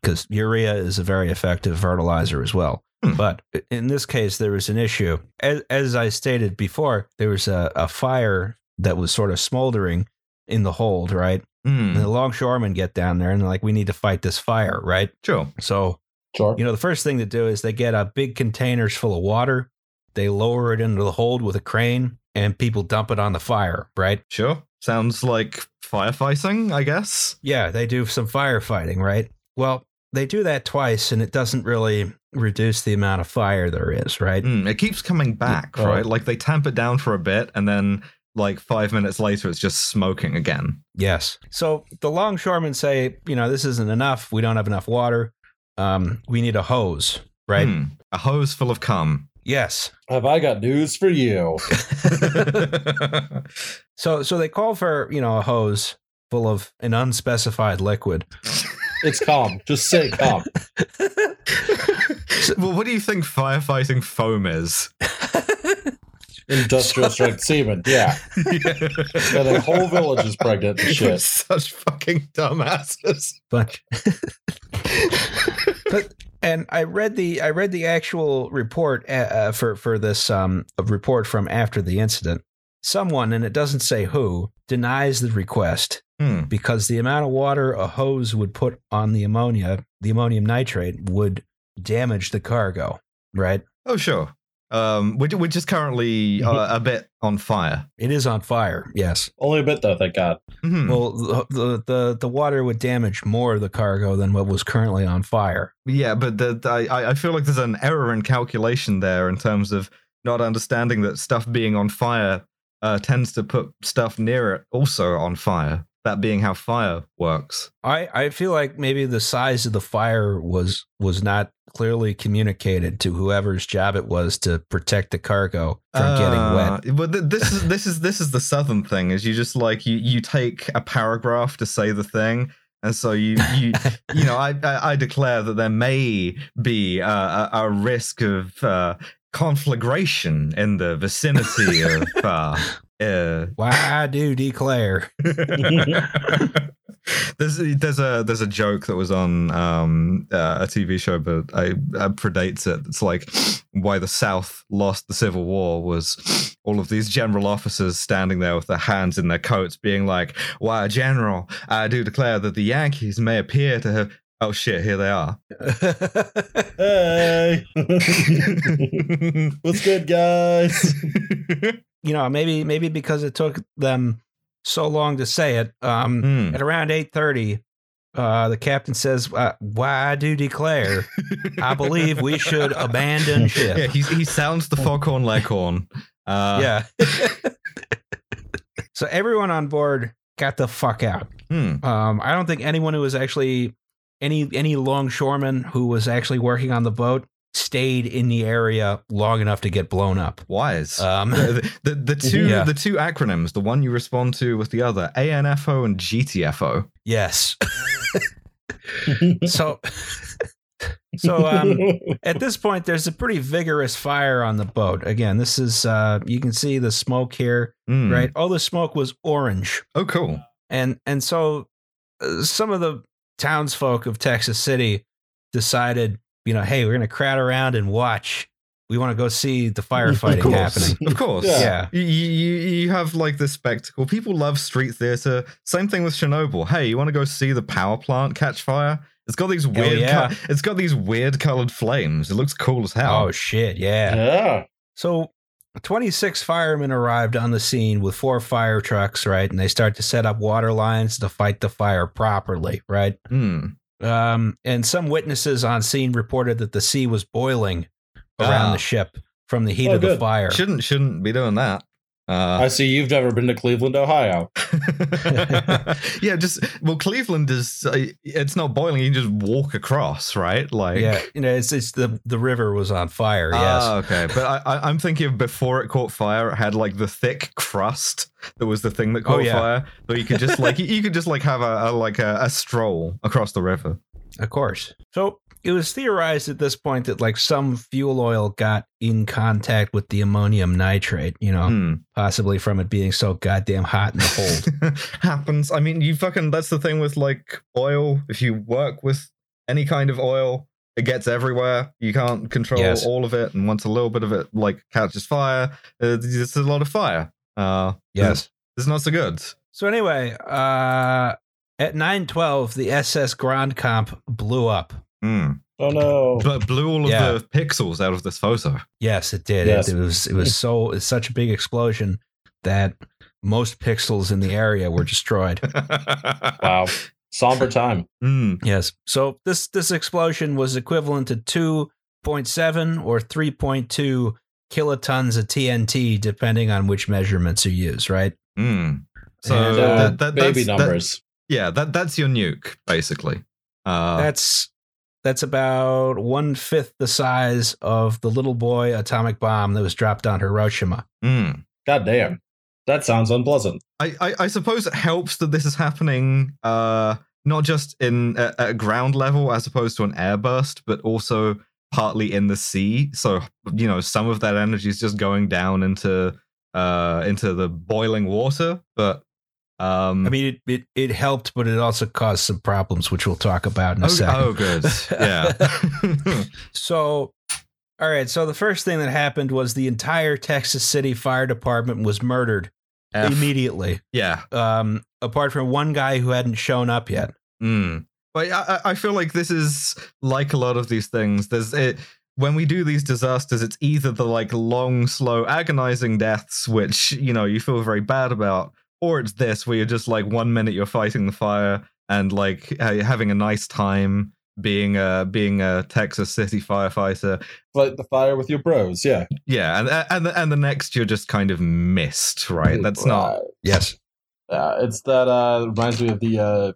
S1: because um, urea is a very effective fertilizer as well.
S2: Hmm.
S1: But in this case, there was an issue. As, as I stated before, there was a, a fire that was sort of smoldering in the hold, right?
S2: Hmm.
S1: And the longshoremen get down there and they're like, we need to fight this fire, right?
S2: Sure.
S1: So
S3: Sure.
S1: You know, the first thing to do is they get uh, big containers full of water, they lower it into the hold with a crane, and people dump it on the fire, right?
S2: Sure. Sounds like firefighting, I guess.
S1: Yeah, they do some firefighting, right? Well, they do that twice, and it doesn't really reduce the amount of fire there is, right?
S2: Hmm, it keeps coming back,
S3: Oh.
S2: right? Like they tamp it down for a bit and then like five minutes later it's just smoking again.
S1: Yes. So the longshoremen say, you know, this isn't enough. We don't have enough water. Um, we need a hose, right?
S2: Hmm. A hose full of cum.
S1: Yes.
S3: Have I got news for you?
S1: So, so they call for you know a hose full of an unspecified liquid.
S3: It's calm. Just say calm.
S2: well, what do you think firefighting foam is?
S3: Industrial strength semen. Yeah. And a whole village is pregnant and
S2: We're
S3: shit.
S2: such fucking dumbasses.
S1: But and I read the I read the actual report uh, uh, for for this um report from after the incident. Someone, and it doesn't say who, denies the request
S2: Hmm.
S1: because the amount of water a hose would put on the ammonia, the ammonium nitrate, would damage the cargo. Right?
S2: Oh, sure. Um, we're, we're just currently uh, a bit on fire.
S1: It is on fire. Yes.
S3: Only a bit though, thank God.
S2: Mhm.
S1: Well, the, the the the water would damage more of the cargo than what was currently on fire.
S2: Yeah, but the, the- I, I feel like there's an error in calculation there in terms of not understanding that stuff being on fire uh, tends to put stuff near it also on fire. That being how fire works.
S1: I, I feel like maybe the size of the fire was was not clearly communicated to whoever's job it was to protect the cargo from getting wet.
S2: getting wet. But Ah, th- this is this is this is the southern thing. Is you just like you you take a paragraph to say the thing. And so you, you, you know, I, I, I declare that there may be uh, a, a risk of uh, conflagration in the vicinity of uh, uh,
S1: Why I do declare.
S2: there's there's a there's a joke that was on um uh, a TV show, but I, I predates it. It's like why the South lost the Civil War was all of these general officers standing there with their hands in their coats, being like, "Why, General, I do declare that the Yankees may appear to have." Oh shit! Here they are.
S3: Hey. What's good, guys?
S1: you know, maybe maybe because it took them so long to say it. Um,
S2: Hmm.
S1: at around eight thirty, uh, the captain says, uh, "Why I do declare." I believe we should abandon ship.
S2: Yeah, he's, he sounds the foghorn leghorn. Uh,
S1: yeah. so everyone on board got the fuck out.
S2: hmm.
S1: Um, I don't think anyone who was actually any any longshoreman who was actually working on the boat stayed in the area long enough to get blown up.
S2: Wise.
S1: Um,
S2: the, the, the two
S1: Yeah.
S2: the two acronyms, the one you respond to with the other, ANFO and GTFO.
S1: yes. so so um, at this point there's a pretty vigorous fire on the boat. Again, this is uh, you can see the smoke here,
S2: Hmm.
S1: right? All the smoke was orange.
S2: Oh, cool.
S1: and and so uh, some of the townsfolk of Texas City decided, you know, hey, we're gonna crowd around and watch. We want to go see the
S3: Of
S1: firefighting
S3: course.
S1: happening.
S2: Of course.
S3: Yeah.
S1: Yeah.
S2: You, you, you have like this spectacle. People love street theater. Same thing with Chernobyl. Hey, you want to go see the power plant catch fire? It's got these weird.
S1: yeah.
S2: co- it's got these weird colored flames. It looks cool as hell.
S1: Oh shit, yeah.
S3: yeah.
S1: So 26 firemen arrived on the scene with four fire trucks, right? And they start to set up water lines to fight the fire properly, right?
S2: Hmm.
S1: Um, and some witnesses on scene reported that the sea was boiling around
S2: Ah.
S1: the ship from the heat
S3: Oh,
S1: of the
S3: good.
S1: fire.
S2: Shouldn't shouldn't be doing that. Uh,
S3: I see you've never been to Cleveland, Ohio.
S2: yeah, just well, Cleveland is uh, it's not boiling. You just walk across, right? Like,
S1: yeah, you know, it's it's the the river was on fire. Yes,
S2: Ah, okay. But I, I, I'm thinking of before it caught fire, it had like the thick crust that was the thing that
S1: Oh,
S2: caught
S1: yeah.
S2: fire. But you could just like you- you could just like have a, a like a, a stroll across the river.
S1: of course. So it was theorized at this point that like some fuel oil got in contact with the ammonium nitrate. You know,
S2: Hmm.
S1: possibly from it being so goddamn hot in the hold.
S2: happens. I mean, you fucking. That's the thing with like oil. If you work with any kind of oil, it gets everywhere. You can't control
S1: Yes.
S2: all of it, and once a little bit of it like catches fire, uh, there's a lot of fire. Uh,
S1: yes.
S2: it's not so good.
S1: So anyway, uh, at nine twelve, the SS Grand Comp blew up.
S2: Hmm.
S3: Oh no.
S2: But blew all of
S1: Yeah.
S2: the pixels out of this photo.
S1: Yes, it did.
S3: Yes.
S1: It, it was it was so it's such a big explosion that most pixels in the area were destroyed.
S3: Wow. Somber time.
S2: Hmm.
S1: Yes. So this this explosion was equivalent to 2.7 or 3.2 kilotons of TNT depending on which measurements you use, right?
S2: Hmm. So
S1: And,
S3: So,
S1: uh,
S2: that, that,
S3: baby
S2: that's, that-
S3: numbers.
S2: yeah, that that's your nuke basically. Uh,
S1: that's that's about one fifth the size of the little boy atomic bomb that was dropped on Hiroshima.
S2: hmm.
S3: God damn. That sounds unpleasant.
S2: I, I, I suppose it helps that this is happening uh, not just in at, at ground level as opposed to an airburst, but also partly in the sea. So you know some of that energy is just going down into uh, into the boiling water. But um,
S1: I mean, it, it it helped, but it also caused some problems, which we'll talk about in a
S2: oh,
S1: second.
S2: oh, good, yeah.
S1: So, all right. So the first thing that happened was the entire Texas City Fire Department was murdered
S2: F.
S1: immediately.
S2: yeah.
S1: um, apart from one guy who hadn't shown up yet.
S2: Mm. But I, I I feel like this is like a lot of these things. There's it when we do these disasters, it's either the like long, slow, agonizing deaths, which you know you feel very bad about, or it's this where you're just like one minute you're fighting the fire and like ha- having a nice time being a being a Texas city firefighter,
S3: Like the fire with your bros, yeah.
S2: yeah, and and the, and the next you're just kind of missed, right? That's not
S1: Yes.
S3: Uh, it's that uh reminds me of the uh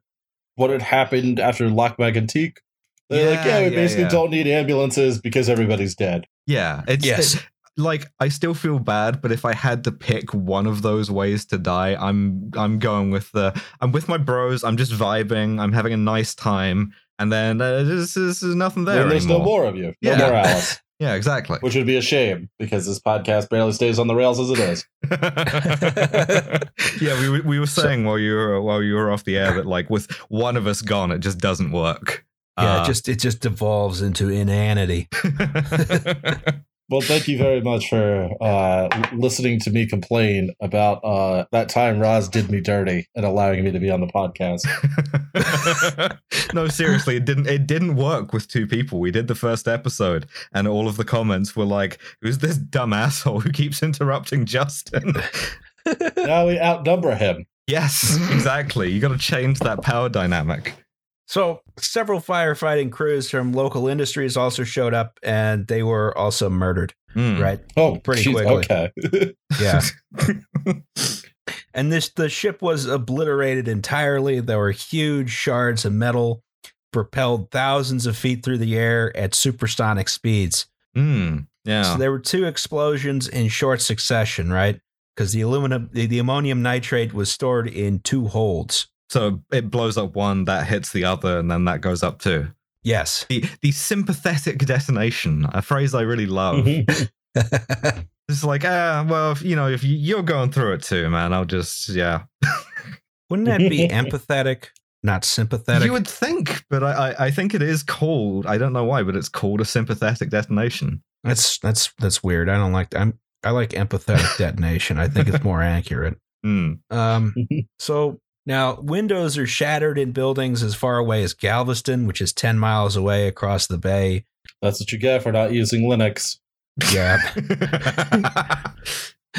S3: what had happened after Lock Mac and Teak. They're like,
S2: Yeah,
S3: yeah, we
S2: yeah,
S3: basically
S2: yeah.
S3: don't need ambulances because everybody's dead.
S2: yeah, it's
S1: Yes.
S2: like I still feel bad, but if I had to pick one of those ways to die, I'm I'm going with the I'm with my bros. I'm just vibing. I'm having a nice time, and then uh, there's, there's there's nothing there
S3: Then there's no
S2: anymore.
S3: more of you. No
S2: Yeah.
S3: more Alice.
S2: Yeah, exactly.
S3: Which would be a shame because this podcast barely stays on the rails as it is.
S2: yeah, we were- we were saying while you were while you were off the air that like with one of us gone, it just doesn't work.
S1: Yeah.
S2: Uh,
S1: it just it just devolves into inanity.
S3: Well, thank you very much for uh, l- listening to me complain about uh, that time Roz did me dirty and allowing me to be on the podcast.
S2: no, seriously, it didn't. It didn't work with two people. We did the first episode, and all of the comments were like, "Who's this dumb asshole who keeps interrupting Justin?"
S3: now we outnumber him.
S2: yes, exactly. You got to change that power dynamic.
S1: So several firefighting crews from local industries also showed up, and they were also murdered.
S2: Mm.
S1: Right.
S3: Oh,
S1: Pretty
S3: geez,
S1: quickly.
S3: Okay.
S1: Yeah. and this the ship was obliterated entirely. There were huge shards of metal propelled thousands of feet through the air at supersonic speeds.
S2: Mm. Yeah.
S1: So there were two explosions in short succession, right? Because the aluminum, the, the ammonium nitrate was stored in two holds.
S2: so it blows up one, that hits the other, and then that goes up too.
S1: Yes.
S2: The the sympathetic detonation, a phrase I really love.
S1: Mm-hmm.
S2: It's like, ah, well, if, you know, if you, you're going through it too, man, I'll just, yeah,
S1: Wouldn't that be empathetic, not sympathetic?
S2: You would think, but I, I, I think it is called. I don't know why, but it's called a sympathetic detonation.
S1: that's that's that's weird. I don't like. I'm I like empathetic detonation. I think it's more accurate.
S2: Hmm.
S1: Um, so now windows are shattered in buildings as far away as Galveston, which is ten miles away across the bay.
S3: That's what you get for not using Linux.
S1: Yeah.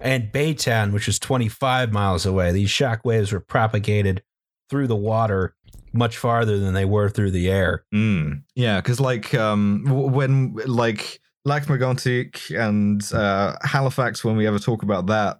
S1: and Baytown, which is 25 miles away, these shock waves were propagated through the water much farther than they were through the air.
S2: Hmm. Yeah, because like um, w- when like Lackmagontic and uh, Halifax, when we ever talk about that,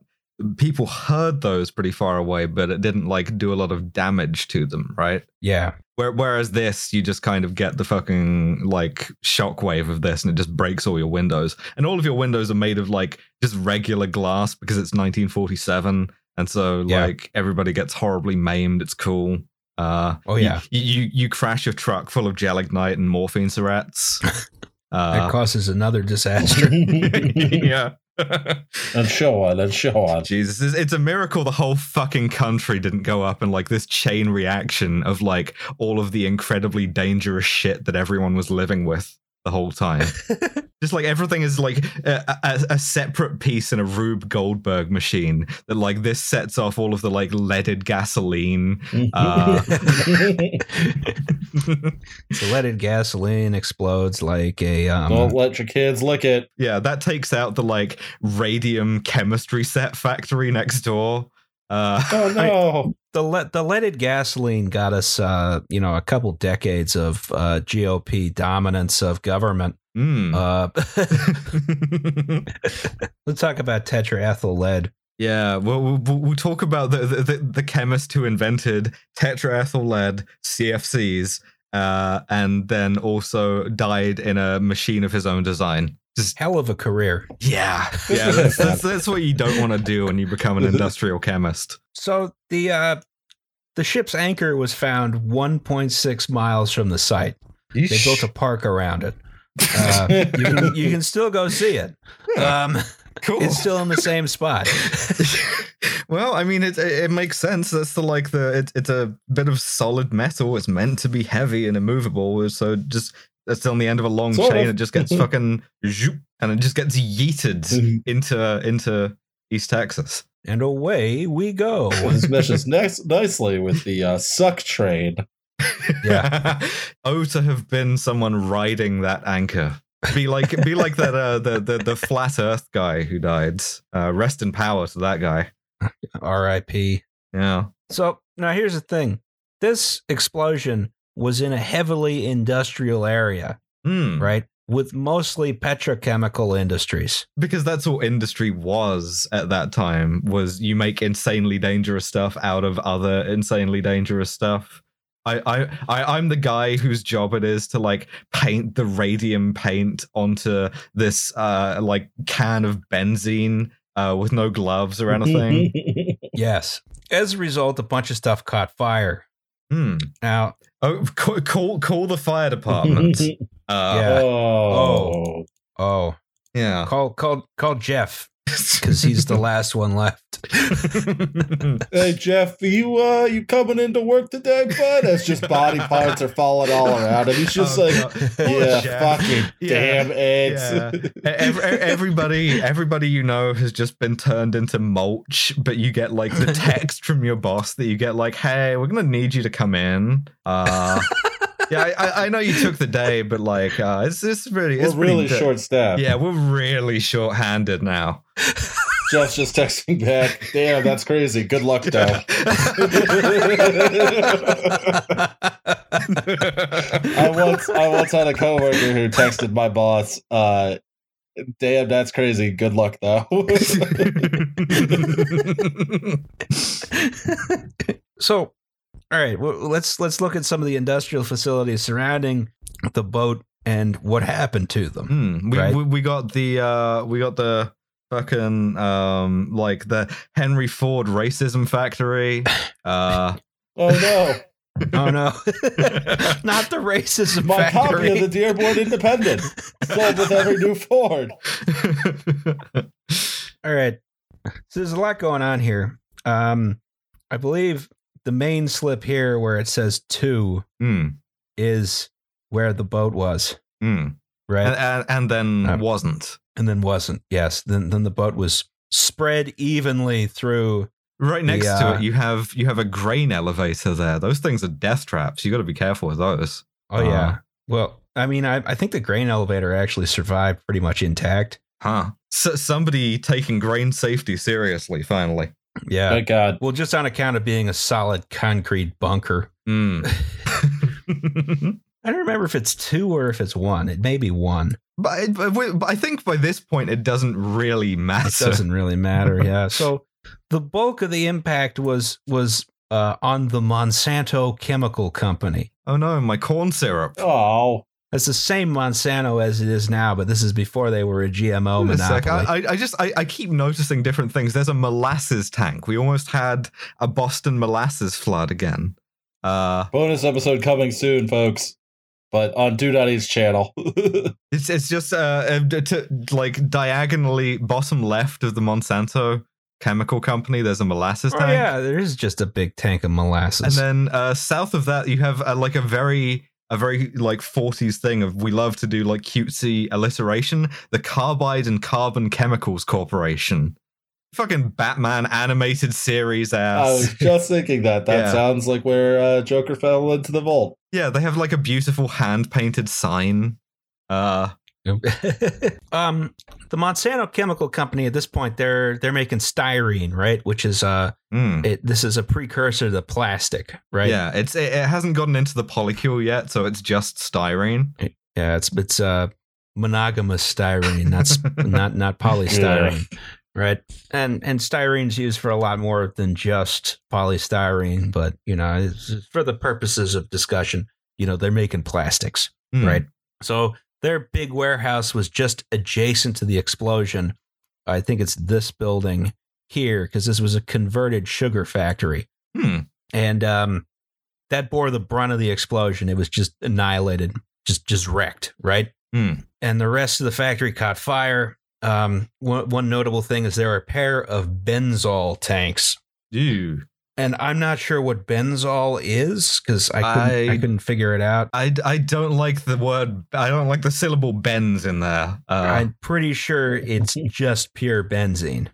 S2: people heard those pretty far away, but it didn't like do a lot of damage to them, right?
S1: Yeah.
S2: Where, whereas this, you just kind of get the fucking like shockwave of this, and it just breaks all your windows. And all of your windows are made of like just regular glass because it's 1947, and so
S1: Yeah.
S2: like everybody gets horribly maimed. It's cool. Uh,
S1: Oh,
S2: you-
S1: yeah.
S2: you, you you crash your truck full of gelignite and morphine syrettes.
S1: That
S2: Uh,
S1: causes another disaster.
S2: yeah.
S3: and so on, and so on.
S2: Jesus, it's, it's a miracle the whole fucking country didn't go up and like this chain reaction of like all of the incredibly dangerous shit that everyone was living with the whole time. Just like everything is like a, a, a separate piece in a Rube Goldberg machine that like this sets off all of the like leaded gasoline. Uh,
S1: so leaded gasoline explodes like a um,
S3: Don't let your kids lick it.
S2: yeah, that takes out the like radium chemistry set factory next door. Uh,
S3: Oh no!
S1: the le- the leaded gasoline got us uh, you know a couple decades of uh, GOP dominance of government.
S2: mm.
S1: Uh,
S2: hmm.
S1: let's talk about tetraethyl lead.
S2: Yeah, well, we'll, we'll we'll talk about the, the, the, the chemist who invented tetraethyl lead, CFCs, uh, and then also died in a machine of his own design. Just,
S1: Hell of a career.
S2: yeah, yeah, that's, that's, that's what you don't want to do when you become an industrial chemist.
S1: So the uh, the ship's anchor was found 1.6 miles from the site. They built a park around it. Uh, you, can, you can still go see it. Um,
S2: Cool.
S1: It's still in the same spot.
S2: well, I mean, it, it it makes sense. That's the like the it, it's a bit of solid metal. It's meant to be heavy and immovable. So just that's on the end of a long
S3: Sort
S2: chain.
S3: of.
S2: It just gets fucking zoop, and it just gets yeeted into into East Texas.
S1: And away we go.
S3: this meshes next nicely with the uh, suck train.
S2: Yeah. oh, to have been someone riding that anchor. Be like be like that uh, the the the flat Earth guy who died. Uh, rest in power to that guy.
S1: R.I.P.
S2: Yeah.
S1: So now here's the thing. This explosion was in a heavily industrial area,
S2: Hmm.
S1: right? With mostly petrochemical industries.
S2: because that's all industry was at that time was you make insanely dangerous stuff out of other insanely dangerous stuff I, I, I i'm the guy whose job it is to like paint the radium paint onto this uh like can of benzene uh with no gloves
S3: Mm-hmm.
S2: or anything
S1: Yes. As a result, a bunch of stuff caught fire.
S2: hmm
S1: Now,
S2: oh call, call call the fire department uh
S1: Yeah.
S3: Oh.
S1: oh,
S2: yeah,
S1: call call call Jeff because he's the last one left.
S3: Hey Jeff, you uh, you coming into work today, bud? It's just body parts are falling all around him. He's just
S2: Oh,
S3: like,
S2: God. Poor
S3: yeah,
S2: Jeff.
S3: fucking
S2: Yeah.
S3: damn eggs.
S2: Yeah. E-, Ev- ev- everybody, everybody you know has just been turned into mulch, but you get like the text from your boss that you get like, "Hey, we're gonna need you to come in." Uh, yeah, I- I, I know you took the day, but like, uh, it's it's really,
S3: We're
S2: it's pretty
S3: really
S2: di-
S3: short staffed.
S2: Yeah, we're really short-handed now.
S3: Jeff's just texting back. Damn, that's crazy. Good luck, though. I once I once had a coworker who texted my boss, uh, "Damn, that's crazy. Good luck, though." Oh,
S1: So, all right, well, let's let's look at some of the industrial facilities surrounding the boat and what happened to them.
S2: Hmm, we,
S1: Right.
S2: we we got the uh we got the fucking um like the Henry Ford racism factory. Uh
S3: oh no,
S1: Oh no, not the racism
S3: my copy of
S1: factory.
S3: the Dearborn Independent sold with every new Ford.
S1: all right, so there's a lot going on here. Um, I believe the main slip here where it says two
S2: Hmm,
S1: is where the boat was,
S2: hmm.
S1: right?
S2: And, and and then
S1: Um,
S2: wasn't.
S1: and then wasn't. Yes, then then the boat was spread evenly through.
S2: Right next
S1: the,
S2: to
S1: uh,
S2: it you have you have a grain elevator there. Those things are death traps. You gotta be careful with those.
S1: Oh yeah. Well, I mean, I, I think the grain elevator actually survived pretty much intact.
S2: Huh. S- somebody taking grain safety seriously, finally.
S1: Yeah.
S3: My God,
S1: well, just on account of being a solid concrete bunker.
S2: Hmm.
S1: I don't remember if it's two or if it's one. It may be one.
S2: But, it, but, we, but I think by this point it doesn't really matter.
S1: It doesn't really matter. Yeah. So the bulk of the impact was was uh, on the Monsanto Chemical Company.
S2: Oh no, my corn syrup.
S3: Oh,
S1: That's the same Monsanto as it is now, but this is before they were a GMO
S2: Wait a
S1: Oh, monopoly.
S2: sec, I, I- I just I, I keep noticing different things. There's a molasses tank. We almost had a Boston molasses flood again. Uh,
S3: bonus episode coming soon, folks. But on Do Not Eat's channel.
S2: it's it's just uh, uh, d- to, like diagonally bottom left of the Monsanto chemical company. There's a molasses
S1: oh
S2: tank.
S1: yeah, there is just a big tank of molasses.
S2: And then uh, south of that, you have uh, like a very a very like 40s thing of we love to do like cutesy alliteration. The Carbide and Carbon Chemicals Corporation, fucking Batman animated series
S3: I
S2: ass.
S3: was just thinking that. That
S2: Yeah.
S3: sounds like where uh, Joker fell into the vault.
S2: yeah, they have like a beautiful hand painted sign. Uh,
S1: um, the Monsanto Chemical Company at this point they're they're making styrene, right? Which is uh,
S2: mm.
S1: it, this is a precursor to plastic, right?
S2: Yeah, it's it, it hasn't gotten into the polycule yet, so it's just styrene.
S1: yeah. It's it's uh, monogamous styrene, not sp- not not polystyrene, right? And and styrene's used for a lot more than just polystyrene, but you know, it's, for the purposes of discussion, you know, they're making plastics.
S2: Mm.
S1: Right. So their big warehouse was just adjacent to the explosion. I think it's this building here because this was a converted sugar factory,
S2: Hmm.
S1: and um, that bore the brunt of the explosion. It was just annihilated, just just wrecked, right?
S2: Hmm.
S1: And the rest of the factory caught fire. Um, one, one notable thing is there are a pair of benzol tanks,
S2: Ew.
S1: and I'm not sure what benzol is because I couldn't, I,
S2: I-
S1: couldn't figure it out.
S2: I, I don't like the word. I don't like the syllable bends in there. Uh,
S1: I'm pretty sure it's just pure benzene.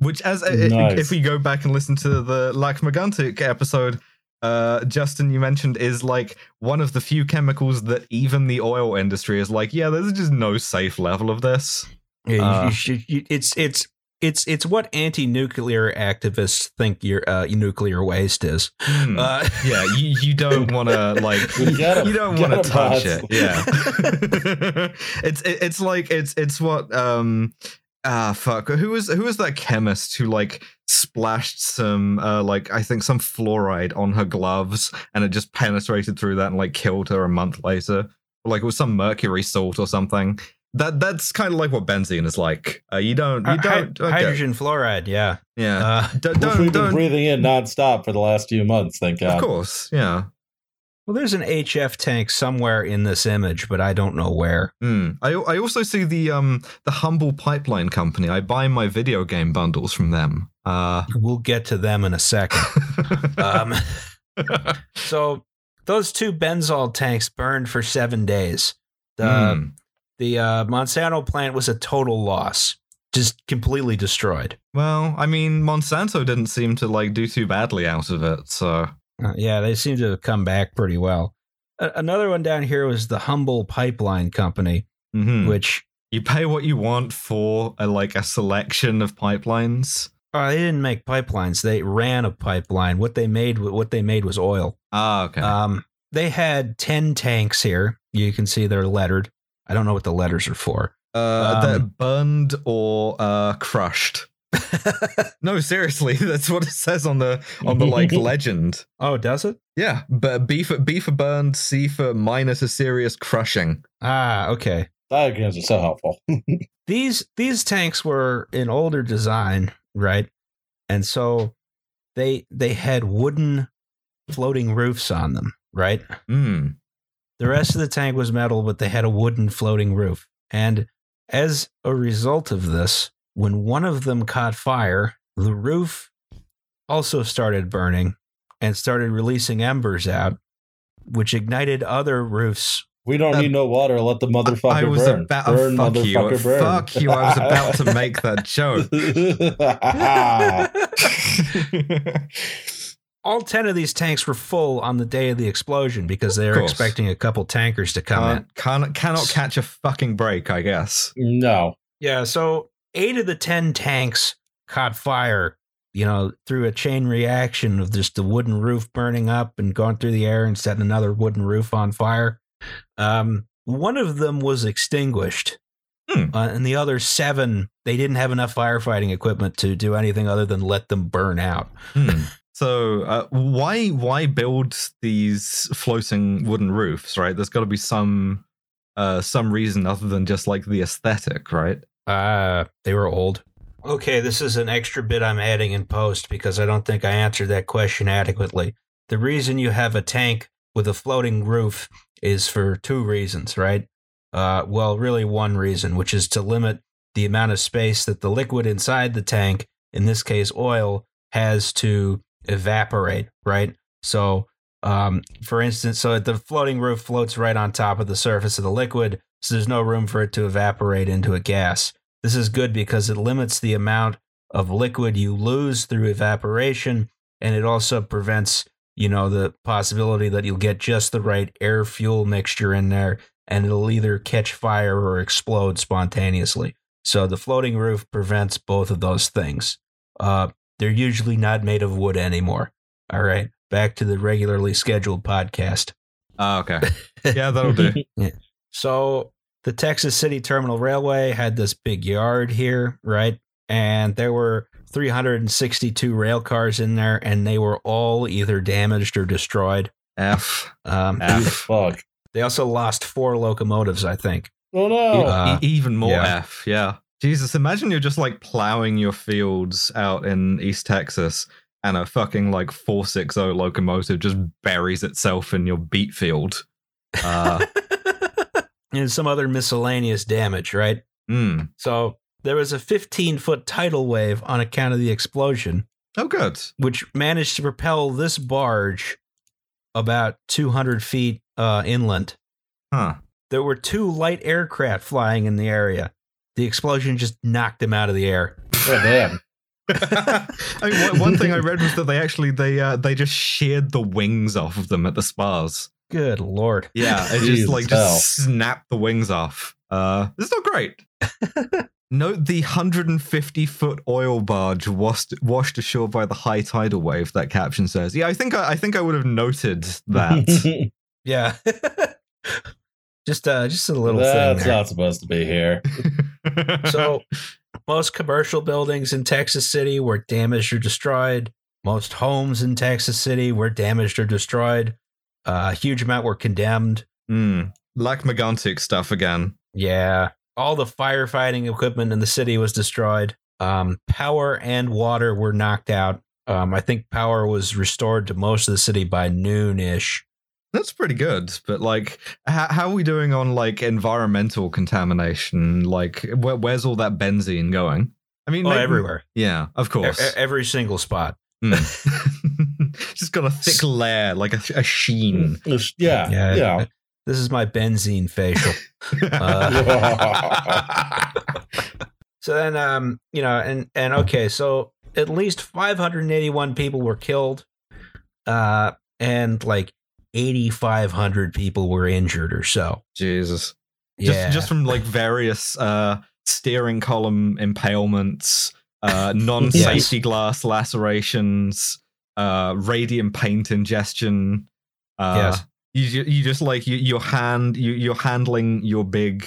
S2: Which, as uh,
S3: Nice.
S2: if we go back and listen to the Lackmaguntic episode, uh, Justin, you mentioned is like one of the few chemicals that even the oil industry is like, yeah, there's just no safe level of this.
S1: Yeah, you-
S2: Uh,
S1: you should, you, it's it's it's it's what anti-nuclear activists think your uh, nuclear waste is.
S2: Hmm.
S1: Uh,
S2: yeah, you, you don't want to like
S3: You gotta-
S2: you don't
S3: gotta
S2: want to touch
S3: pass.
S2: it. Yeah, it's it, it's like it's it's what um ah fuck who was who was that chemist who like splashed some uh like I think some fluoride on her gloves and it just penetrated through that and like killed her a month later. Like it was some mercury salt or something. That that's kind of like what benzene is like. Uh, you don't you
S1: hy-
S2: don't okay.
S1: hydrogen fluoride, yeah.
S2: yeah.
S1: Uh,
S2: Don't
S3: Which
S2: don't,
S3: we've been
S2: don't
S3: breathing in nonstop for the last few months, thank
S2: of
S3: God.
S2: course yeah.
S1: well, there's an HF tank somewhere in this image, but I don't know where.
S2: Hmm. I I also see the um the humble pipeline company. I buy my video game bundles from them. Uh,
S1: We'll get to them in a second. Um, so those two benzol tanks burned for seven days. The
S2: Hmm.
S1: the uh, Monsanto plant was a total loss, just completely destroyed.
S2: Well, I mean, Monsanto didn't seem to like do too badly out of it. So
S1: Uh, yeah, they seem to have come back pretty well. A- another one down here was the Humble Pipeline Company,
S2: Mhm.
S1: which
S2: you pay what you want for a, like a selection of pipelines.
S1: uh, they didn't make pipelines; they ran a pipeline. What they made, what they made was oil.
S2: Ah, okay.
S1: Um, they had ten tanks here. You can see they're lettered. I don't know what the letters are for.
S2: uh, they're
S1: um,
S2: burned or uh, crushed. No, seriously, that's what it says on the on the like legend.
S1: oh, does it?
S2: Yeah, but B for B for burned, C for minus a serious crushing.
S1: Ah, okay.
S3: Diagrams are so helpful.
S1: these these tanks were an older design, right? And so they they had wooden floating roofs on them, right?
S2: Hmm.
S1: The rest of the tank was metal, but they had a wooden floating roof. And as a result of this, when one of them caught fire, the roof also started burning and started releasing embers out, which ignited other roofs.
S3: We don't
S2: Um,
S3: need no water. Let the motherfucker
S2: I was
S3: burn.
S2: about oh,
S3: burn,
S2: fuck you.
S3: motherfucker, burn.
S2: Fuck you. I was about to make that joke.
S1: All 10 of these tanks were full on the day of the explosion because they were
S2: course. Uh,
S1: expecting a couple tankers to
S3: Uh,
S1: come in.
S2: Can't, can't, cannot catch a fucking break, I guess.
S3: no.
S1: Yeah, so eight of the ten tanks caught fire you know, through a chain reaction of just the wooden roof burning up and going through the air and setting another wooden roof on fire. Um, one of them was extinguished,
S2: Hmm.
S1: uh, and the other seven they didn't have enough firefighting equipment to do anything other than let them burn out.
S2: Hmm. So uh, why why build these floating wooden roofs? Right, there's got to be some uh, some reason other than just like the aesthetic, right?
S1: Uh, they were old. Okay, this is an extra bit I'm adding in post because I don't think I answered that question adequately. The reason you have a tank with a floating roof is for two reasons, right? Uh, well, really one reason, which is to limit the amount of space that the liquid inside the tank, in this case oil, has to evaporate, right? So, um, for instance, so the floating roof floats right on top of the surface of the liquid, so there's no room for it to evaporate into a gas. This is good because it limits the amount of liquid you lose through evaporation, and it also prevents, you know, the possibility that you'll get just the right air fuel mixture in there, and it'll either catch fire or explode spontaneously. So the floating roof prevents both of those things. Uh, they're usually not made of wood anymore. All right, back to the regularly scheduled podcast.
S2: Ah, okay. Yeah, that'll do.
S1: So the Texas City Terminal Railway had this big yard here, right? And there were 362 rail cars in there, and they were all either damaged or destroyed.
S2: F
S1: Um,
S2: F.
S3: Fuck.
S1: they also lost four locomotives, I think.
S3: Oh no.
S1: Uh,
S2: E- even more
S1: yeah.
S2: F. Yeah. Jesus, imagine you're just like plowing your fields out in East Texas and a fucking like 460 locomotive just buries itself in your beet field. Uh,
S1: and some other miscellaneous damage, right?
S2: mm.
S1: So there was a 15 foot tidal wave on account of the explosion,
S2: Oh, good.
S1: which managed to propel this barge about 200 feet uh, inland.
S2: Huh.
S1: There were two light aircraft flying in the area. The explosion just knocked them out of the air.
S3: Oh, damn.
S2: I mean, one, one thing I read was that they actually they uh, they just sheared the wings off of them at the spas.
S1: Good lord.
S2: Yeah, it
S3: Jesus
S2: just like
S3: hell.
S2: just snapped the wings off. Uh, it's not great. Note the 150 foot oil barge washed washed ashore by the high tidal wave. That caption says. Yeah, I think I, I think I would have noted that.
S1: Yeah. just uh just a little
S3: That's
S1: thing. there.
S3: not supposed to be here.
S1: So most commercial buildings in Texas City were damaged or destroyed. Most homes in Texas City were damaged or destroyed. Uh, A huge amount were condemned.
S2: Hmm. Lackmagantic stuff again.
S1: Yeah. All the firefighting equipment in the city was destroyed. Um, power and water were knocked out. Um, I think power was restored to most of the city by noon ish.
S2: That's pretty good, but like, how, how are we doing on like environmental contamination? Like, where, where's all that benzene going? I mean,
S1: Oh,
S2: maybe-
S1: everywhere.
S2: Yeah, of
S1: E-
S2: course.
S1: e- every single spot.
S2: Mm. Just got a Hmm. thick layer, like a, a sheen.
S3: Yeah. Hmm. Yeah.
S1: This is my benzene facial.
S3: Uh.
S1: So then, um, you know, and and okay, so at least 581 people were killed, uh, and like 8,500 people were injured or so.
S2: Jesus.
S1: Yeah.
S2: Just just from like various uh, steering column impalements, uh, non-safety glass lacerations, uh, radium paint ingestion. Uh,
S1: Yes.
S2: You ju- you just like you, your hand you you're handling your big.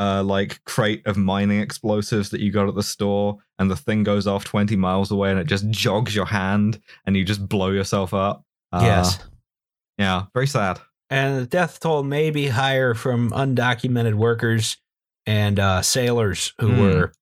S2: Uh, like crate of mining explosives that you got at the store, and the thing goes off twenty miles away, and it just jogs your hand, and you just blow yourself up. Uh,
S1: yes.
S2: yeah, very sad.
S1: and the death toll may be higher from undocumented workers and uh, sailors who
S2: Hmm.
S1: were,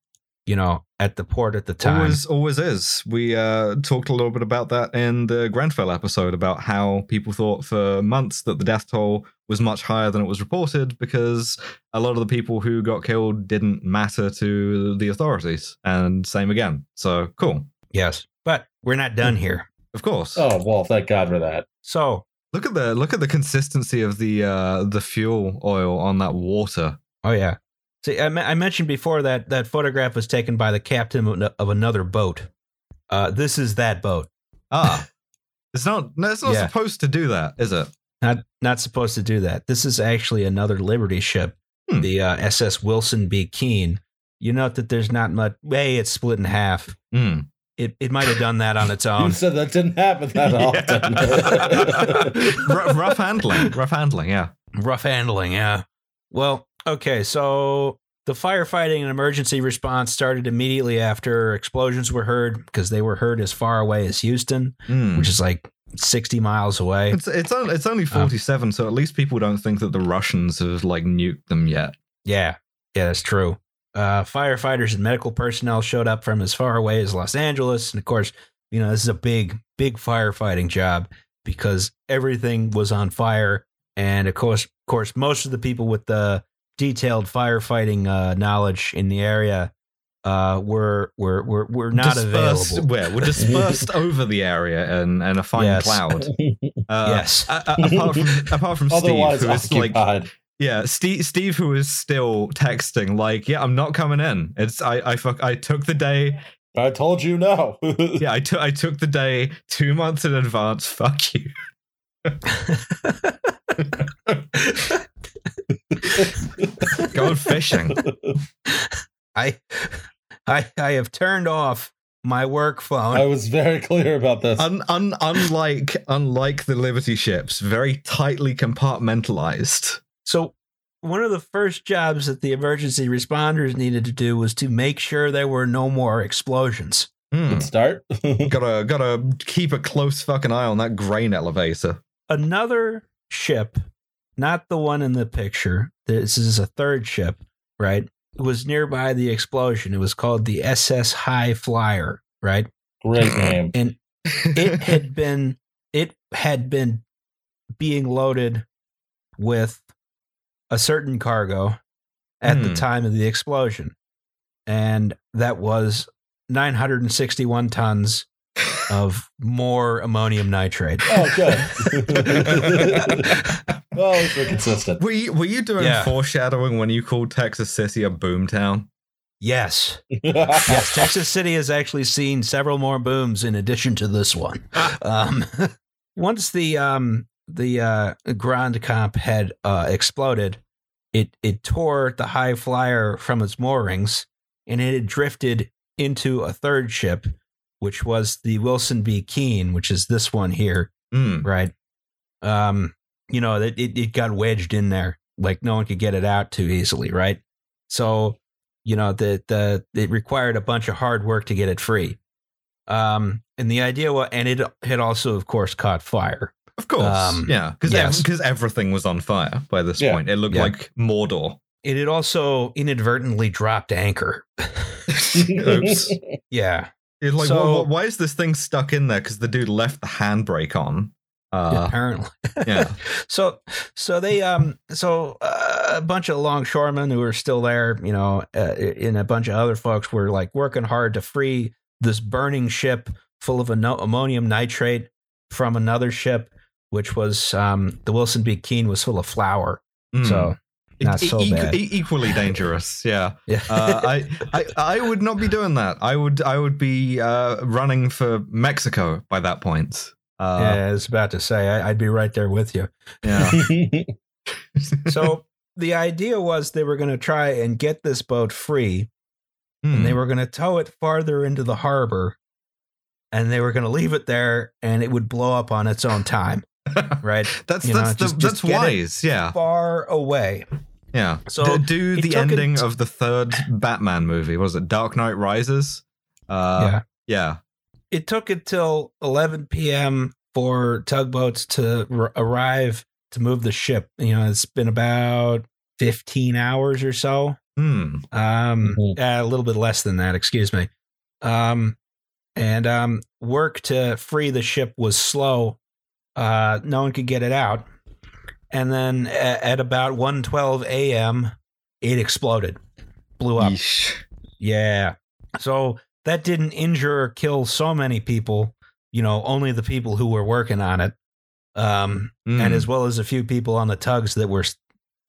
S1: you know, at the port at the time.
S2: Always, always is. We uh, talked a little bit about that in the Grenfell episode about how people thought for months that the death toll was much higher than it was reported because a lot of the people who got killed didn't matter to the authorities. And same again. So cool.
S1: yes, but we're not done
S2: Hmm.
S1: here.
S2: Of course.
S3: Oh well, thank God for that.
S1: So,
S2: Look at the look at the consistency of the uh, the fuel oil on that water.
S1: oh yeah, see, I, me- I mentioned before that that photograph was taken by the captain of an- of another boat. Uh, this is that boat.
S2: Ah. It's not no, it's not
S1: Yeah.
S2: supposed to do that, is it?
S1: Not not supposed to do that. This is actually another Liberty ship,
S2: Hmm.
S1: the uh, SS Wilson B. Keene. You note that there's not much. Hey, it's split in half.
S2: Mm.
S1: It, it might have done that on its own.
S2: Um,
S3: You said that didn't happen that often.
S2: Ru- rough handling. Rough handling. Yeah.
S1: Rough handling, yeah. Well, okay, so the firefighting and emergency response started immediately after explosions were heard because they were heard as far away as Houston,
S2: Hmm.
S1: which is like 60 miles away.
S2: It's it's only, it's only
S1: Ah.
S2: forty seven, so at least people don't think that the Russians have like nuked them yet.
S1: Yeah, yeah, that's true. Uh, firefighters and medical personnel showed up from as far away as Los Angeles, and of course, you know this is a big, big firefighting job because everything was on fire, and of course, of course, most of the people with the detailed firefighting uh, knowledge in the area uh, were were were were not
S2: dispersed,
S1: available.
S2: Where we're dispersed over the area and and a fine
S1: Yes.
S2: cloud. Uh,
S1: yes,
S2: a- a- apart from apart from Steve,
S3: Otherwise
S2: who is like
S3: occupied.
S2: yeah, Steve Steve who is still texting like yeah, I'm not coming in. It's I I fuck I took the day
S3: I told you no.
S2: yeah I took I took the day two months in advance. Fuck you. Going fishing.
S1: I I I have turned off my work phone.
S3: I was very clear about this.
S2: Un, un, unlike unlike the Liberty ships, very tightly compartmentalized.
S1: So one of the first jobs that the emergency responders needed to do was to make sure there were no more explosions.
S2: Hmm.
S3: Good start.
S2: Gotta gotta keep a close fucking eye on that grain elevator.
S1: Another ship, not the one in the picture, this is a third ship, right? Was nearby the explosion. It was called the SS High Flyer, right?
S3: Great name.
S1: It had been it had been being loaded with a certain cargo at the
S2: Hmm.
S1: time of the explosion. And that was 961 tons of more ammonium nitrate.
S3: Oh, good. well, at least we're consistent.
S2: Were you, were you doing
S1: Yeah.
S2: foreshadowing when you called Texas City a boomtown?
S1: Yes. Yes. Texas City has actually seen several more booms in addition to this one. Um, once the um, the uh, Grand Comp had uh, exploded, it, it tore the High Flyer from its moorings and it had drifted into a third ship, which was the Wilson B. Keene, which is this one here.
S2: Hmm.
S1: right? Um, you know, it, it, it got wedged in there. Like no one could get it out too easily, right? So, you know, the the it required a bunch of hard work to get it free. Um, and the idea was, and it had also, of course, caught fire.
S2: Of course.
S1: Um,
S2: yeah. Because
S1: yes.
S2: everything was on fire by this
S3: Yeah.
S2: point. It looked
S1: Yeah.
S2: like Mordor.
S1: It had also inadvertently dropped anchor.
S2: Oops.
S1: Yeah,
S2: It's like,
S1: So-
S2: why, why is this thing stuck in there? Because the dude left the handbrake on. Uh,
S1: apparently.
S2: yeah.
S1: So, so they, um, so uh, a bunch of longshoremen who were still there, you know, uh, and a bunch of other folks were like working hard to free this burning ship full of ammo- ammonium nitrate from another ship, which was um, the Wilson B. Keene was full of flour.
S2: Hmm.
S1: So, not
S2: E-
S1: so
S2: e-
S1: bad.
S2: e- equally dangerous. Yeah.
S1: yeah,
S2: Uh, I, I I would not be doing that. I would I would be uh, running for Mexico by that point. Uh,
S1: yeah, I was about to say I, I'd be right there with you.
S2: yeah.
S1: So. The idea was they were going to try and get this boat free
S2: Hmm.
S1: and they were going to tow it farther into the harbor and they were going to leave it there and it would blow up on its own time right
S2: that's
S1: you know,
S2: that's
S1: just-
S2: the,
S1: just
S2: that's
S1: get it.
S2: wise. Yeah.
S1: far away
S2: Yeah.
S1: So,
S2: D- do
S1: it
S2: the
S1: took
S2: ending
S1: it-
S2: of the third Batman movie. What was it? Dark Knight Rises. Uh, yeah.
S1: it took until 11 p.m for tugboats to r- arrive to move the ship you know it's been about 15 hours or so
S2: Hmm.
S1: um
S2: Mm-hmm.
S3: Mhm.
S1: uh, a little bit less than that excuse me um and um work to free the ship was slow uh no one could get it out and then a- at about 1:12 a.m. it exploded blew up
S2: Yeesh.
S1: yeah so that didn't injure or kill so many people you know only the people who were working on it um
S2: Hmm.
S1: and as well as a few people on the tugs that were s-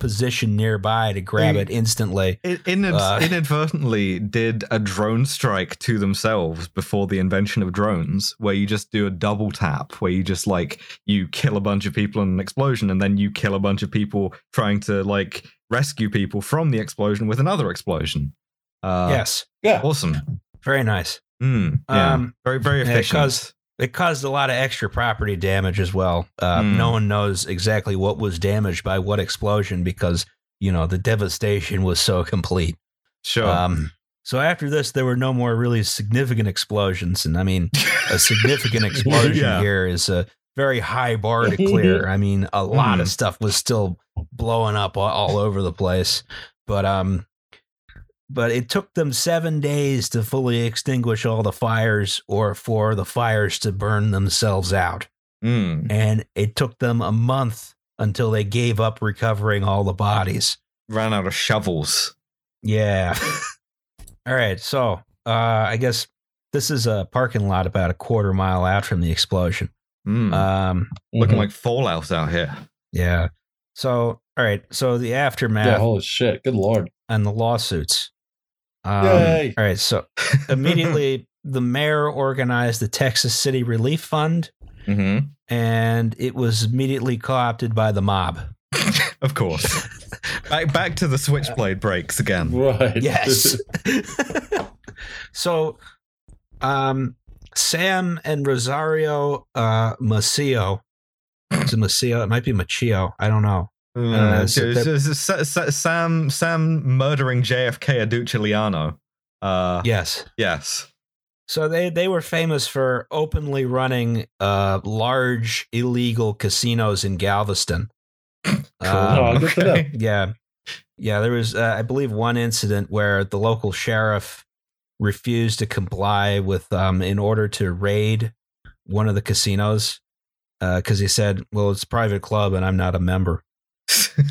S1: positioned nearby to grab
S2: Mm.
S1: it instantly
S2: It inad-
S1: Uh,
S2: inadvertently did a drone strike to themselves before the invention of drones, where you just do a double tap, where you just like you kill a bunch of people in an explosion, and then you kill a bunch of people trying to like rescue people from the explosion with another explosion. Uh,
S1: yes
S3: yeah.
S2: awesome.
S1: Very nice.
S2: Mm, yeah.
S1: Um,
S2: very, very
S1: yeah, it
S2: efficient.
S1: caused- It caused a lot of extra property damage as well. Uh,
S2: Hmm.
S1: No one knows exactly what was damaged by what explosion because you know the devastation was so complete.
S2: sure.
S1: Um, so after this, there were no more really significant explosions, and I mean, a significant explosion
S2: Yeah.
S1: here is a very high bar to clear. I mean, a lot of
S2: Mm.
S1: stuff was still blowing up all, all over the place, but um, but it took them seven days to fully extinguish all the fires, or for the fires to burn themselves out,
S2: Mm,
S1: and it took them a month until they gave up recovering all the bodies.
S2: ran out of shovels.
S1: Yeah. All right. So uh, I guess this is a parking lot about a quarter mile out from the explosion.
S3: Hmm.
S2: Mm,
S1: Um,
S2: looking
S3: Mhm.
S2: like Fallout out here.
S1: yeah. So all right. So the aftermath
S3: yeah, holy shit, good lord.
S1: and the lawsuits. Um,
S3: Yay.
S1: All right. So immediately the mayor organized the Texas City Relief Fund,
S2: hmm
S1: and it was immediately co-opted by the mob.
S2: Of course. back, back to the switchblade breaks again.
S3: Right.
S1: Yes. so, um, Sam and Rosario uh, Macio. Is it Macio? It might be Machio. I don't know.
S2: Uh,
S1: so
S2: it's-
S1: that-
S2: it's- it's- it's- it's Sam, Sam murdering JFK Aduciliano. Uh,
S1: Yes.
S2: Yes.
S1: So they they were famous for openly running uh, large illegal casinos in Galveston.
S3: Oh,
S1: Um,
S3: I'll get to that.
S1: yeah, yeah. There was, uh, I believe, one incident where the local sheriff refused to comply with um, in order to raid one of the casinos because he said, "Well, it's a private club and I'm not a member."
S2: uh,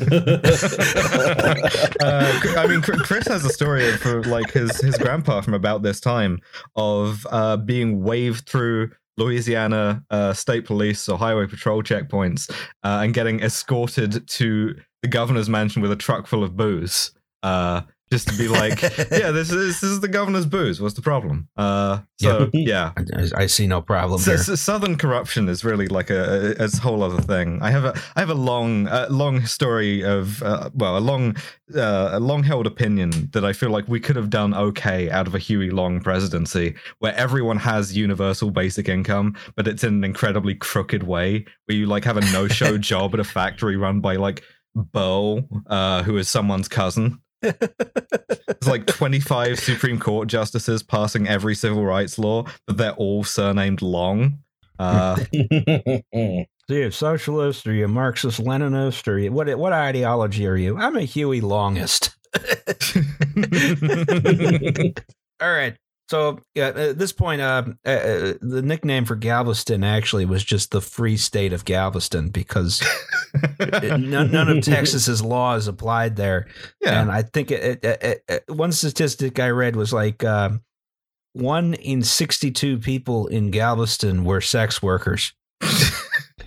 S2: I mean, Chr- Chris has a story for like his his grandpa from about this time of uh, being waved through Louisiana uh, state police or highway patrol checkpoints uh, and getting escorted to the governor's mansion with a truck full of booze, uh, just to be like, yeah, this is this is the governor's booze. What's the problem? Uh, so
S3: Yeah.
S2: yeah.
S1: I, I see no problem
S2: So,
S1: here.
S2: so southern corruption is really like a, a, a whole other thing. I have a I have a long uh, long story of uh, well a long uh, a long held opinion that I feel like we could have done okay out of a Huey Long presidency where everyone has universal basic income, but it's in an incredibly crooked way where you like have a no show job at a factory run by like Bo, uh, who is someone's cousin. It's like 25 Supreme Court justices passing every civil rights law, but they're all surnamed Long. Uh,
S1: So you're a socialist, or you a Marxist Leninist, or you, what? What ideology are you? I'm a Huey Longist. All right. So yeah, at this point, uh, uh, uh, the nickname for Galveston actually was just the Free State of Galveston because none, none of Texas's laws applied there.
S2: yeah.
S1: And I think it, it, it, it, one statistic I read was like um, one in 62 people in Galveston were sex workers.
S2: so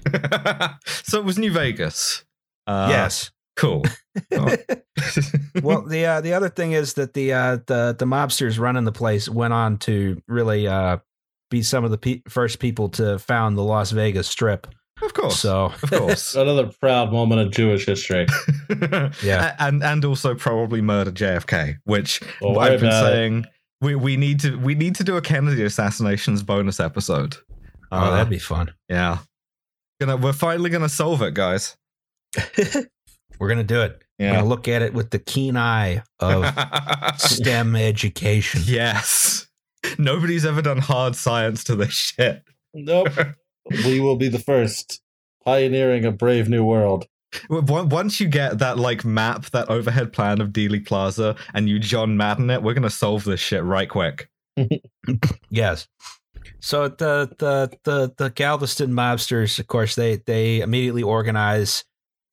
S2: it was New Vegas. Uh,
S1: yes.
S2: Cool. Oh.
S1: well, the uh, the other thing is that the uh, the the mobsters running the place went on to really uh, be some of the pe- first people to found the Las Vegas Strip.
S2: of course.
S1: So
S2: Of course.
S3: Another proud moment of Jewish history.
S1: Yeah. Oh,
S2: A- And and also probably murder JFK, which
S3: Don't worry
S2: I've been
S3: about it.
S2: saying we, we need to we need to do a Kennedy assassinations bonus episode.
S1: oh,
S2: Uh,
S1: that'd be fun.
S2: Yeah. Gonna, we're finally gonna solve it, guys.
S1: We're gonna do it. We're gonna look at it with the keen eye of STEM education.
S2: yes. Nobody's ever done hard science to this shit.
S3: Nope. we will be the first pioneering a brave new world.
S2: Wo- Once you get that like map, that overhead plan of Dealey Plaza, and you John Madden it, we're gonna solve this shit right quick.
S1: Yes. So the the the the Galveston mobsters, of course, they they immediately organize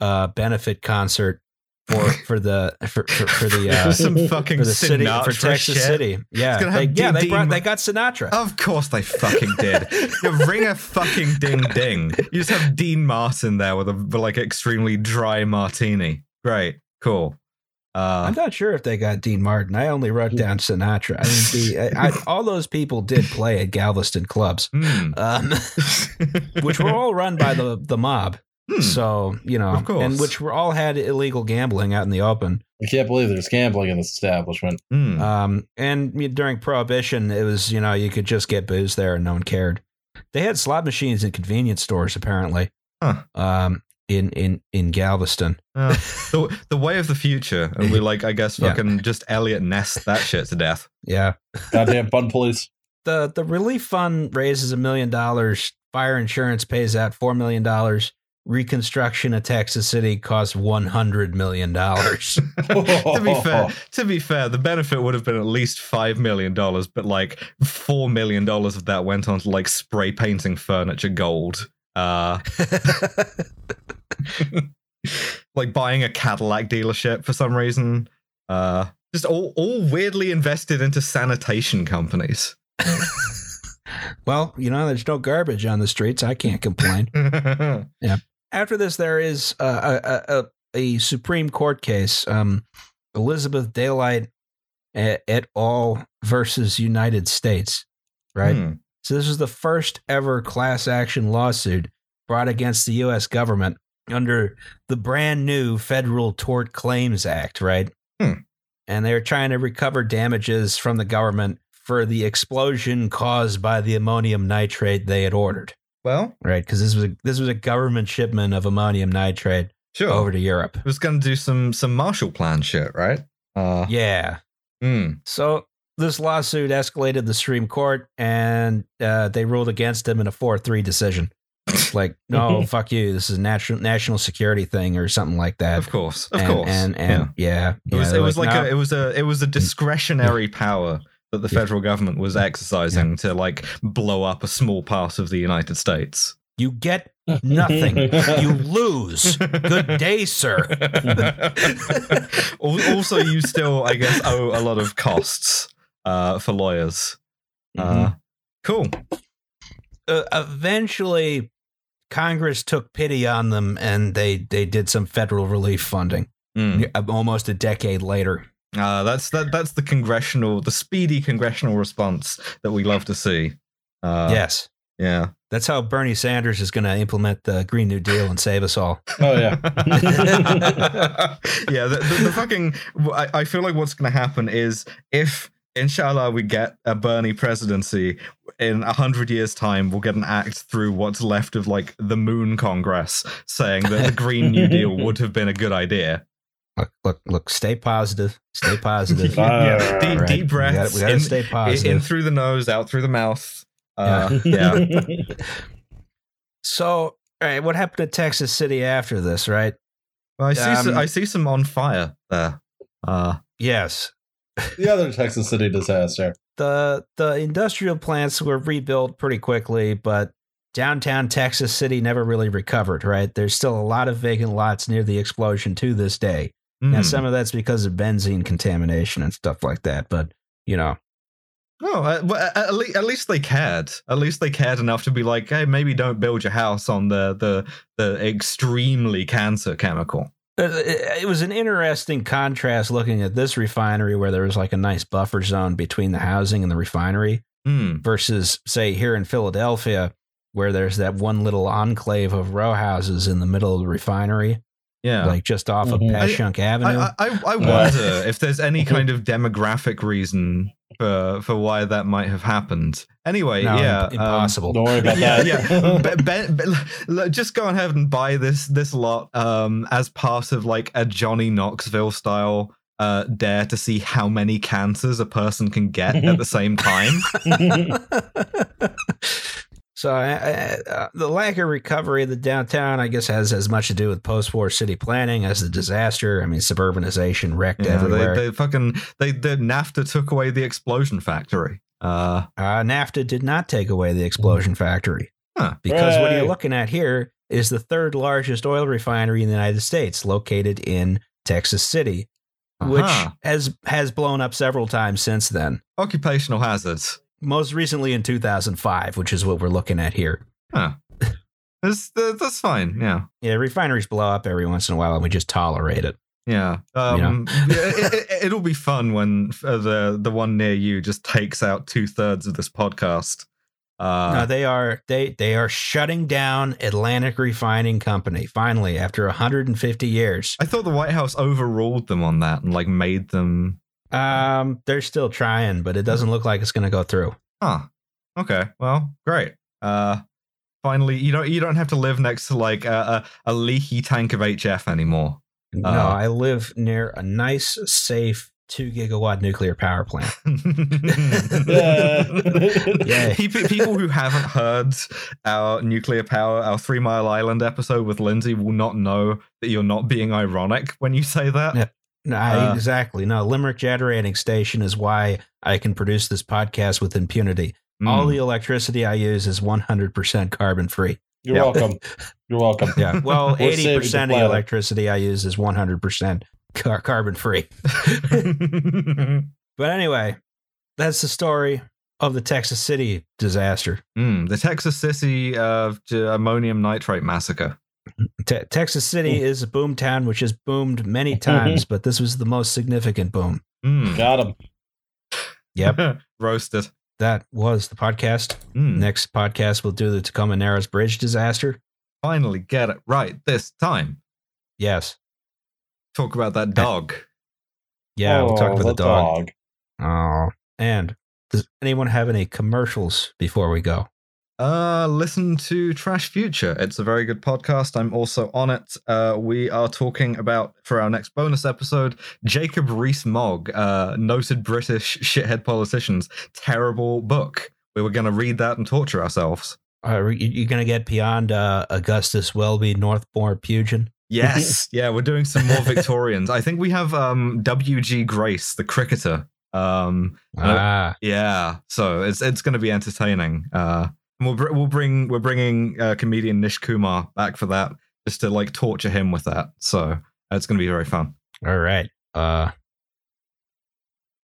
S1: a benefit concert for for the for for, for the uh,
S2: Some fucking
S1: for the city
S2: Sinatra
S1: for Texas
S2: shit.
S1: City. Yeah,
S2: It's gonna
S1: they,
S2: have
S1: yeah, they
S2: Dean-
S1: brought they got Sinatra.
S2: Of course they fucking did. You ring a fucking ding ding. You just have Dean Martin there with a with, like extremely dry martini. Great, cool. Uh,
S1: I'm not sure if they got Dean Martin. I only wrote down Sinatra. I mean, the, I, I, all those people did play at Galveston clubs,
S2: hmm.
S1: um, which were all run by the the mob.
S2: Hmm.
S1: So, you know,
S2: Of course.
S1: and which were all had illegal gambling out in the open.
S3: I can't believe there's gambling in this establishment.
S2: Hmm.
S1: Um, and you know, during Prohibition, it was, you know, you could just get booze there and no one cared. They had slot machines in convenience stores, apparently,
S2: Huh.
S1: um, in, in, in Galveston.
S2: Uh, the, the way of the future, and we like, I guess,
S1: Yeah.
S2: fucking just Elliot Nest that shit to death.
S1: Yeah.
S3: Goddamn fun police.
S1: the the relief fund raises a million dollars. Fire insurance pays out four million dollars. Reconstruction of Texas City cost one hundred million dollars.
S2: to be fair, to be fair, the benefit would have been at least five million dollars, but like four million dollars of that went on to like spray painting furniture gold. Uh, like buying a Cadillac dealership for some reason. Uh, just all, all weirdly invested into sanitation companies.
S1: well, you know, there's no garbage on the streets. I can't complain.
S2: yeah.
S1: After this, there is uh, a, a, a a Supreme Court case, um, Elizabeth Daylight et et al. versus United States, right?
S2: Hmm.
S1: So this was the first ever class action lawsuit brought against the U.S. government under the brand new Federal Tort Claims Act, right?
S2: Hmm.
S1: And they were trying to recover damages from the government for the explosion caused by the ammonium nitrate they had ordered,
S2: Well,
S1: right? Because this was a, this was a government shipment of ammonium nitrate
S2: sure.
S1: over to Europe.
S2: It was going to do some some Marshall Plan shit, right? Uh,
S1: Yeah.
S2: hmm.
S1: So this lawsuit escalated the Supreme Court, and uh, they ruled against him in a four-three decision. It's like,
S2: Mm-hmm.
S1: no, fuck you. This is a national national security thing or something like that.
S2: of course, of
S1: and,
S2: course.
S1: And,
S2: Yeah.
S1: and yeah.
S2: It was, it was like
S1: no.
S2: a,
S1: Mm.
S2: it was a it was a discretionary power that the
S1: Yeah.
S2: federal government was exercising to like blow up a small part of the United States.
S1: you get nothing. you lose. Good day, sir. E,
S2: Al- also, you still, I guess, owe a lot of costs uh, for lawyers.
S1: Mm-hmm.
S2: Uh, cool.
S1: uh, eventually, Congress took pity on them, and they they did some federal relief funding. uh,
S2: Mm.
S1: Almost a decade later.
S2: Uh, that's that. That's the congressional, the speedy congressional response that we love to see. Uh,
S1: yes.
S2: Yeah.
S1: That's how Bernie Sanders is going to implement the Green New Deal and save us all.
S3: oh yeah.
S2: yeah, the, the, the fucking. I, I feel like what's going to happen is if, inshallah, we get a Bernie presidency in a hundred years' time, we'll get an act through what's left of like the Moon Congress saying that the Green New Deal would have been a good idea.
S1: Look, look, look. Stay positive. Stay positive.
S3: Yeah.
S2: Deep,
S1: Right?
S2: deep
S1: We
S2: breaths
S1: gotta, we gotta
S2: in,
S1: stay
S2: in,
S1: positive.
S2: in through the nose, out through the mouth. Uh, yeah.
S1: so, all right, what happened to Texas City after this? Right?
S2: Well, I see. some,
S1: Um,
S2: I see some on fire there. Uh,
S1: Yes.
S3: the other Texas City disaster.
S1: the The industrial plants were rebuilt pretty quickly, but downtown Texas City never really recovered. Right? There's still a lot of vacant lots near the explosion to this day. Now,
S2: hmm.
S1: some of that's because of benzene contamination and stuff like that, but you know,
S2: Oh, uh, well, at, at, le- at least they cared. At least they cared enough to be like, hey, maybe don't build your house on the the, the extremely cancer chemical.
S1: it, Uh, it- it was an interesting contrast looking at this refinery where there was like a nice buffer zone between the housing and the refinery
S2: Hmm.
S1: versus, say, here in Philadelphia, where there's that one little enclave of row houses in the middle of the refinery,
S2: Yeah.
S1: like just off
S3: Mhm.
S1: of
S2: I-
S1: Passyunk Avenue.
S2: I, I, I, I wonder if there's any kind of demographic reason for for why that might have happened. Anyway,
S1: no,
S2: yeah, um,
S1: impossible.
S3: Don't worry about
S2: yeah,
S3: that.
S2: yeah. Be- be- be- look, just go ahead and buy this this lot um, as part of like a Johnny Knoxville style uh, dare to see how many cancers a person can get at the same time.
S1: so uh, uh, the lack of recovery of the downtown, I guess, has as much to do with post-war city planning as the disaster. I mean, suburbanization wrecked
S2: Yeah,
S1: everywhere.
S2: they, they fucking they the NAFTA took away the explosion factory. Uh,
S1: uh, NAFTA did not take away the explosion
S2: Mm-hmm.
S1: factory
S2: Huh.
S1: because what
S3: Hooray.
S1: you're looking at here is the third largest oil refinery in the United States, located in Texas City,
S2: Uh-huh.
S1: which has has blown up several times since then.
S2: occupational hazards.
S1: Most recently in 2005, which is what we're looking at here.
S2: That's that- that's fine. Yeah.
S1: Yeah, refineries blow up every once in a while, and we just tolerate it.
S2: Yeah, um, yeah, it, it, it'll be fun when uh, the the one near you just takes out two thirds of this podcast. Uh,
S1: no, they are they they are shutting down Atlantic Refining Company finally after 150 years.
S2: I thought the White House overruled them on that and like made them.
S1: Um, they're still trying, but it
S2: Hmm.
S1: doesn't look like it's going to go through.
S2: Huh. Okay. Well, great. Uh, finally, you don't you don't have to live next to like a, a, a leaky tank of HF anymore.
S1: No,
S2: Uh.
S1: I live near a nice, safe two gigawatt nuclear power plant. Yeah.
S2: People, people who haven't heard our nuclear power, our Three Mile Island episode with Lindsay, will not know that you're not being ironic when you say that.
S1: Yeah. No, I-
S2: Uh.
S1: exactly. No, Limerick Generating Station is why I can produce this podcast with impunity.
S2: Mm.
S1: All the electricity I use is 100% carbon free.
S3: You're
S2: Yeah.
S3: welcome. You're welcome.
S1: Yeah. Well,
S3: We're
S1: eighty
S3: saving the
S1: percent of the
S3: planet.
S1: electricity I use is one hundred percent carbon free. But anyway, that's the story of the Texas City disaster,
S2: Mm, the Texas City uh, j- ammonium nitrate massacre.
S1: Te- Texas City is a boom town, which has boomed many times, but this was the most significant boom.
S2: Mm.
S3: Got him.
S1: Yep.
S2: Roasted.
S1: That was the podcast.
S3: Hmm.
S2: Mm.
S1: Next podcast, we'll do the Tacoma Narrows Bridge disaster.
S2: Finally get it right this time.
S1: Yes.
S2: Talk about that dog.
S1: Yeah, we'll talk
S3: Oh,
S1: about the dog. Oh, and does anyone have any commercials before we go?
S2: Uh, listen to Trash Future. It's a very good podcast. I'm also on it. Uh, we are talking about for our next bonus episode Jacob Rees-Mogg, uh, noted British shithead politician's terrible book. We were going to read that and torture ourselves.
S1: Uh, Are you, you going to get beyond uh, Augustus Welby, Northmore, Pugin?
S2: Yes, yeah, we're doing some more Victorians. I think we have um, W.G. Grace, the cricketer. Um,
S1: Ah,
S2: Yeah, so it's it's going to be entertaining. Uh, and we'll br- we'll bring we're bringing uh, comedian Nish Kumar back for that, just to like torture him with that. So it's going to be very fun.
S1: all right. Uh,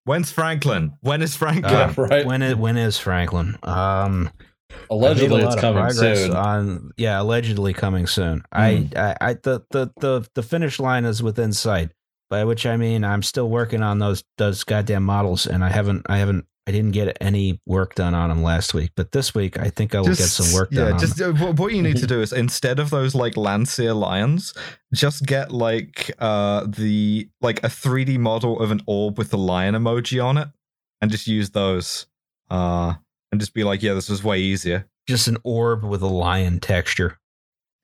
S2: When's Franklin? When is Franklin?
S1: Uh,
S3: Yeah, right.
S1: when is when is Franklin? Um, I
S3: Allegedly,
S1: made a lot
S3: it's
S1: of
S3: coming
S1: progress
S3: soon. Hmm.
S1: On yeah, allegedly coming soon. I, I, I, the, the, the, the finish line is within sight. By which I mean I'm still working on those those goddamn models, and I haven't, I haven't, I didn't get any work done on them last week. But this week, I think I will get some work done.
S2: Yeah,
S1: on
S2: just uh, what, what you need to do is instead of those like Landseer lions, just get like uh the like a 3D model of an orb with the lion emoji on it, and just use those. Uh, and just be like, yeah, this was way easier.
S1: just an orb with a lion texture.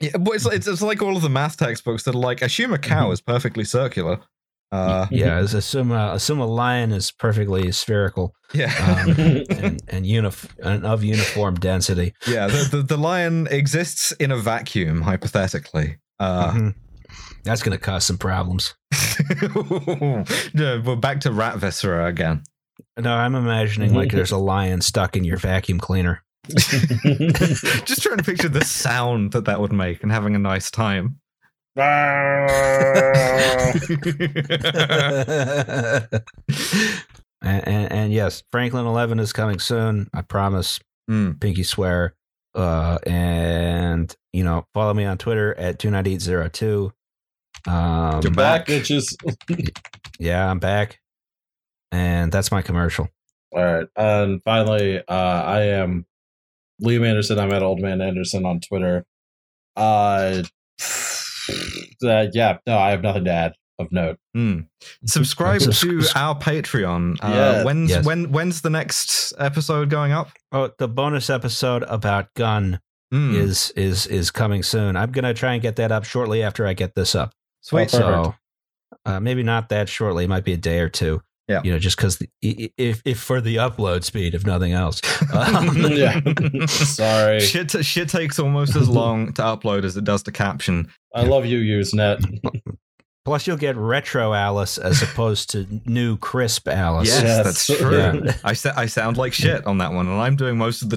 S2: Yeah, but it's, it's it's like all of the math textbooks that are like assume a cow
S1: Mhm.
S2: is perfectly circular. Uh,
S3: Mm-hmm.
S1: Yeah, assume a, assume uh, a lion is perfectly spherical
S2: yeah,
S1: um, and and, unif- and of uniform density.
S2: yeah. The, the the lion exists in a vacuum hypothetically.
S3: Mm-hmm.
S2: Uh,
S1: Mhm. That's going to cause some problems. Mm-hmm.
S2: yeah, we're back to rat viscera again.
S1: No, I'm imagining like there's a lion stuck in your vacuum cleaner.
S2: Just trying to picture the sound that that would make and having a nice time.
S1: uh,
S3: Ah.
S1: and, and, and yes, Franklin 11 is coming soon. I promise.
S2: Mm.
S1: Pinky swear. Uh, and you know, follow me on Twitter at 29802. Um,
S2: You're back.
S3: Back bitches.
S1: yeah, I'm back. And that's my commercial.
S3: All right. And finally, uh, I am Liam Anderson. I'm at Old Man Anderson on Twitter. Uh, uh, yeah, no, I have nothing to add of note.
S2: Mm. Subscribe to
S1: Subscri-
S2: our Patreon. Uh,
S3: Yeah.
S2: When's
S1: Yes.
S2: when when's the next episode going up?
S1: Oh, the bonus episode about gun
S2: Mm.
S1: is is is coming soon. I'm gonna try and get that up shortly after I get this up.
S2: Sweet.
S3: Oh, perfect.
S1: So uh, maybe not that shortly. It might be a day or two.
S2: Yeah.
S1: You know, just because if if for the upload speed, if nothing else. Um,
S3: Yeah. Sorry.
S2: Shit, t- shit takes almost as long to upload as it does to caption.
S3: I love you, Usenet.
S1: plus, you'll get retro Alice as opposed to new crisp Alice.
S2: Yes,
S3: Yes.
S2: that's true.
S1: Yeah.
S2: I sa- I sound like shit on that one, and I'm doing most of the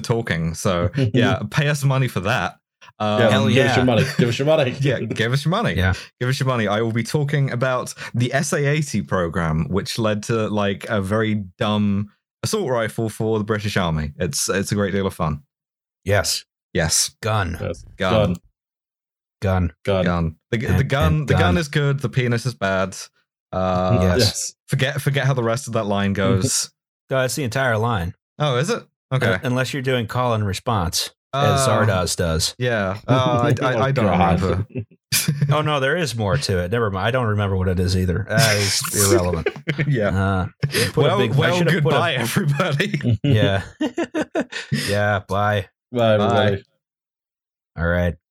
S2: talking. So yeah, pay us money for that. Um,
S3: Yeah,
S1: Hell
S3: give
S1: yeah.
S3: us your money. Give us your money.
S2: yeah, give us your money.
S1: Yeah.
S2: Give us your money. I will be talking about the SA-80 program, which led to like a very dumb assault rifle for the British Army. It's it's a great deal of fun.
S1: Yes.
S2: Yes,
S1: Gun.
S3: Yes.
S2: gun,
S1: Gun.
S3: Gun. Gun.
S2: gun. The, the
S1: And-
S2: gun,
S1: and
S2: the gun
S1: gun.
S2: is good. The penis is bad. Uh,
S1: Yes.
S3: Yes.
S1: Mm-hmm.
S2: Forget forget how the rest of that line goes.
S1: No, that's the Uh, entire line. Uh,
S2: oh, is it? Okay.
S1: Unless you're doing call and response, as
S2: Uh,
S1: Zardoz does.
S2: Yeah. Uh, I, I, I don't
S3: Oh, God.
S2: remember.
S1: Oh no, there is more to it. Never mind. I don't remember what it is either. Uh, it's irrelevant.
S2: yeah.
S1: Uh, put a
S2: well,
S1: big- I
S2: well
S1: should've put a-
S2: goodbye, everybody.
S1: yeah, yeah. Bye.
S3: Bye, everybody.
S1: All right.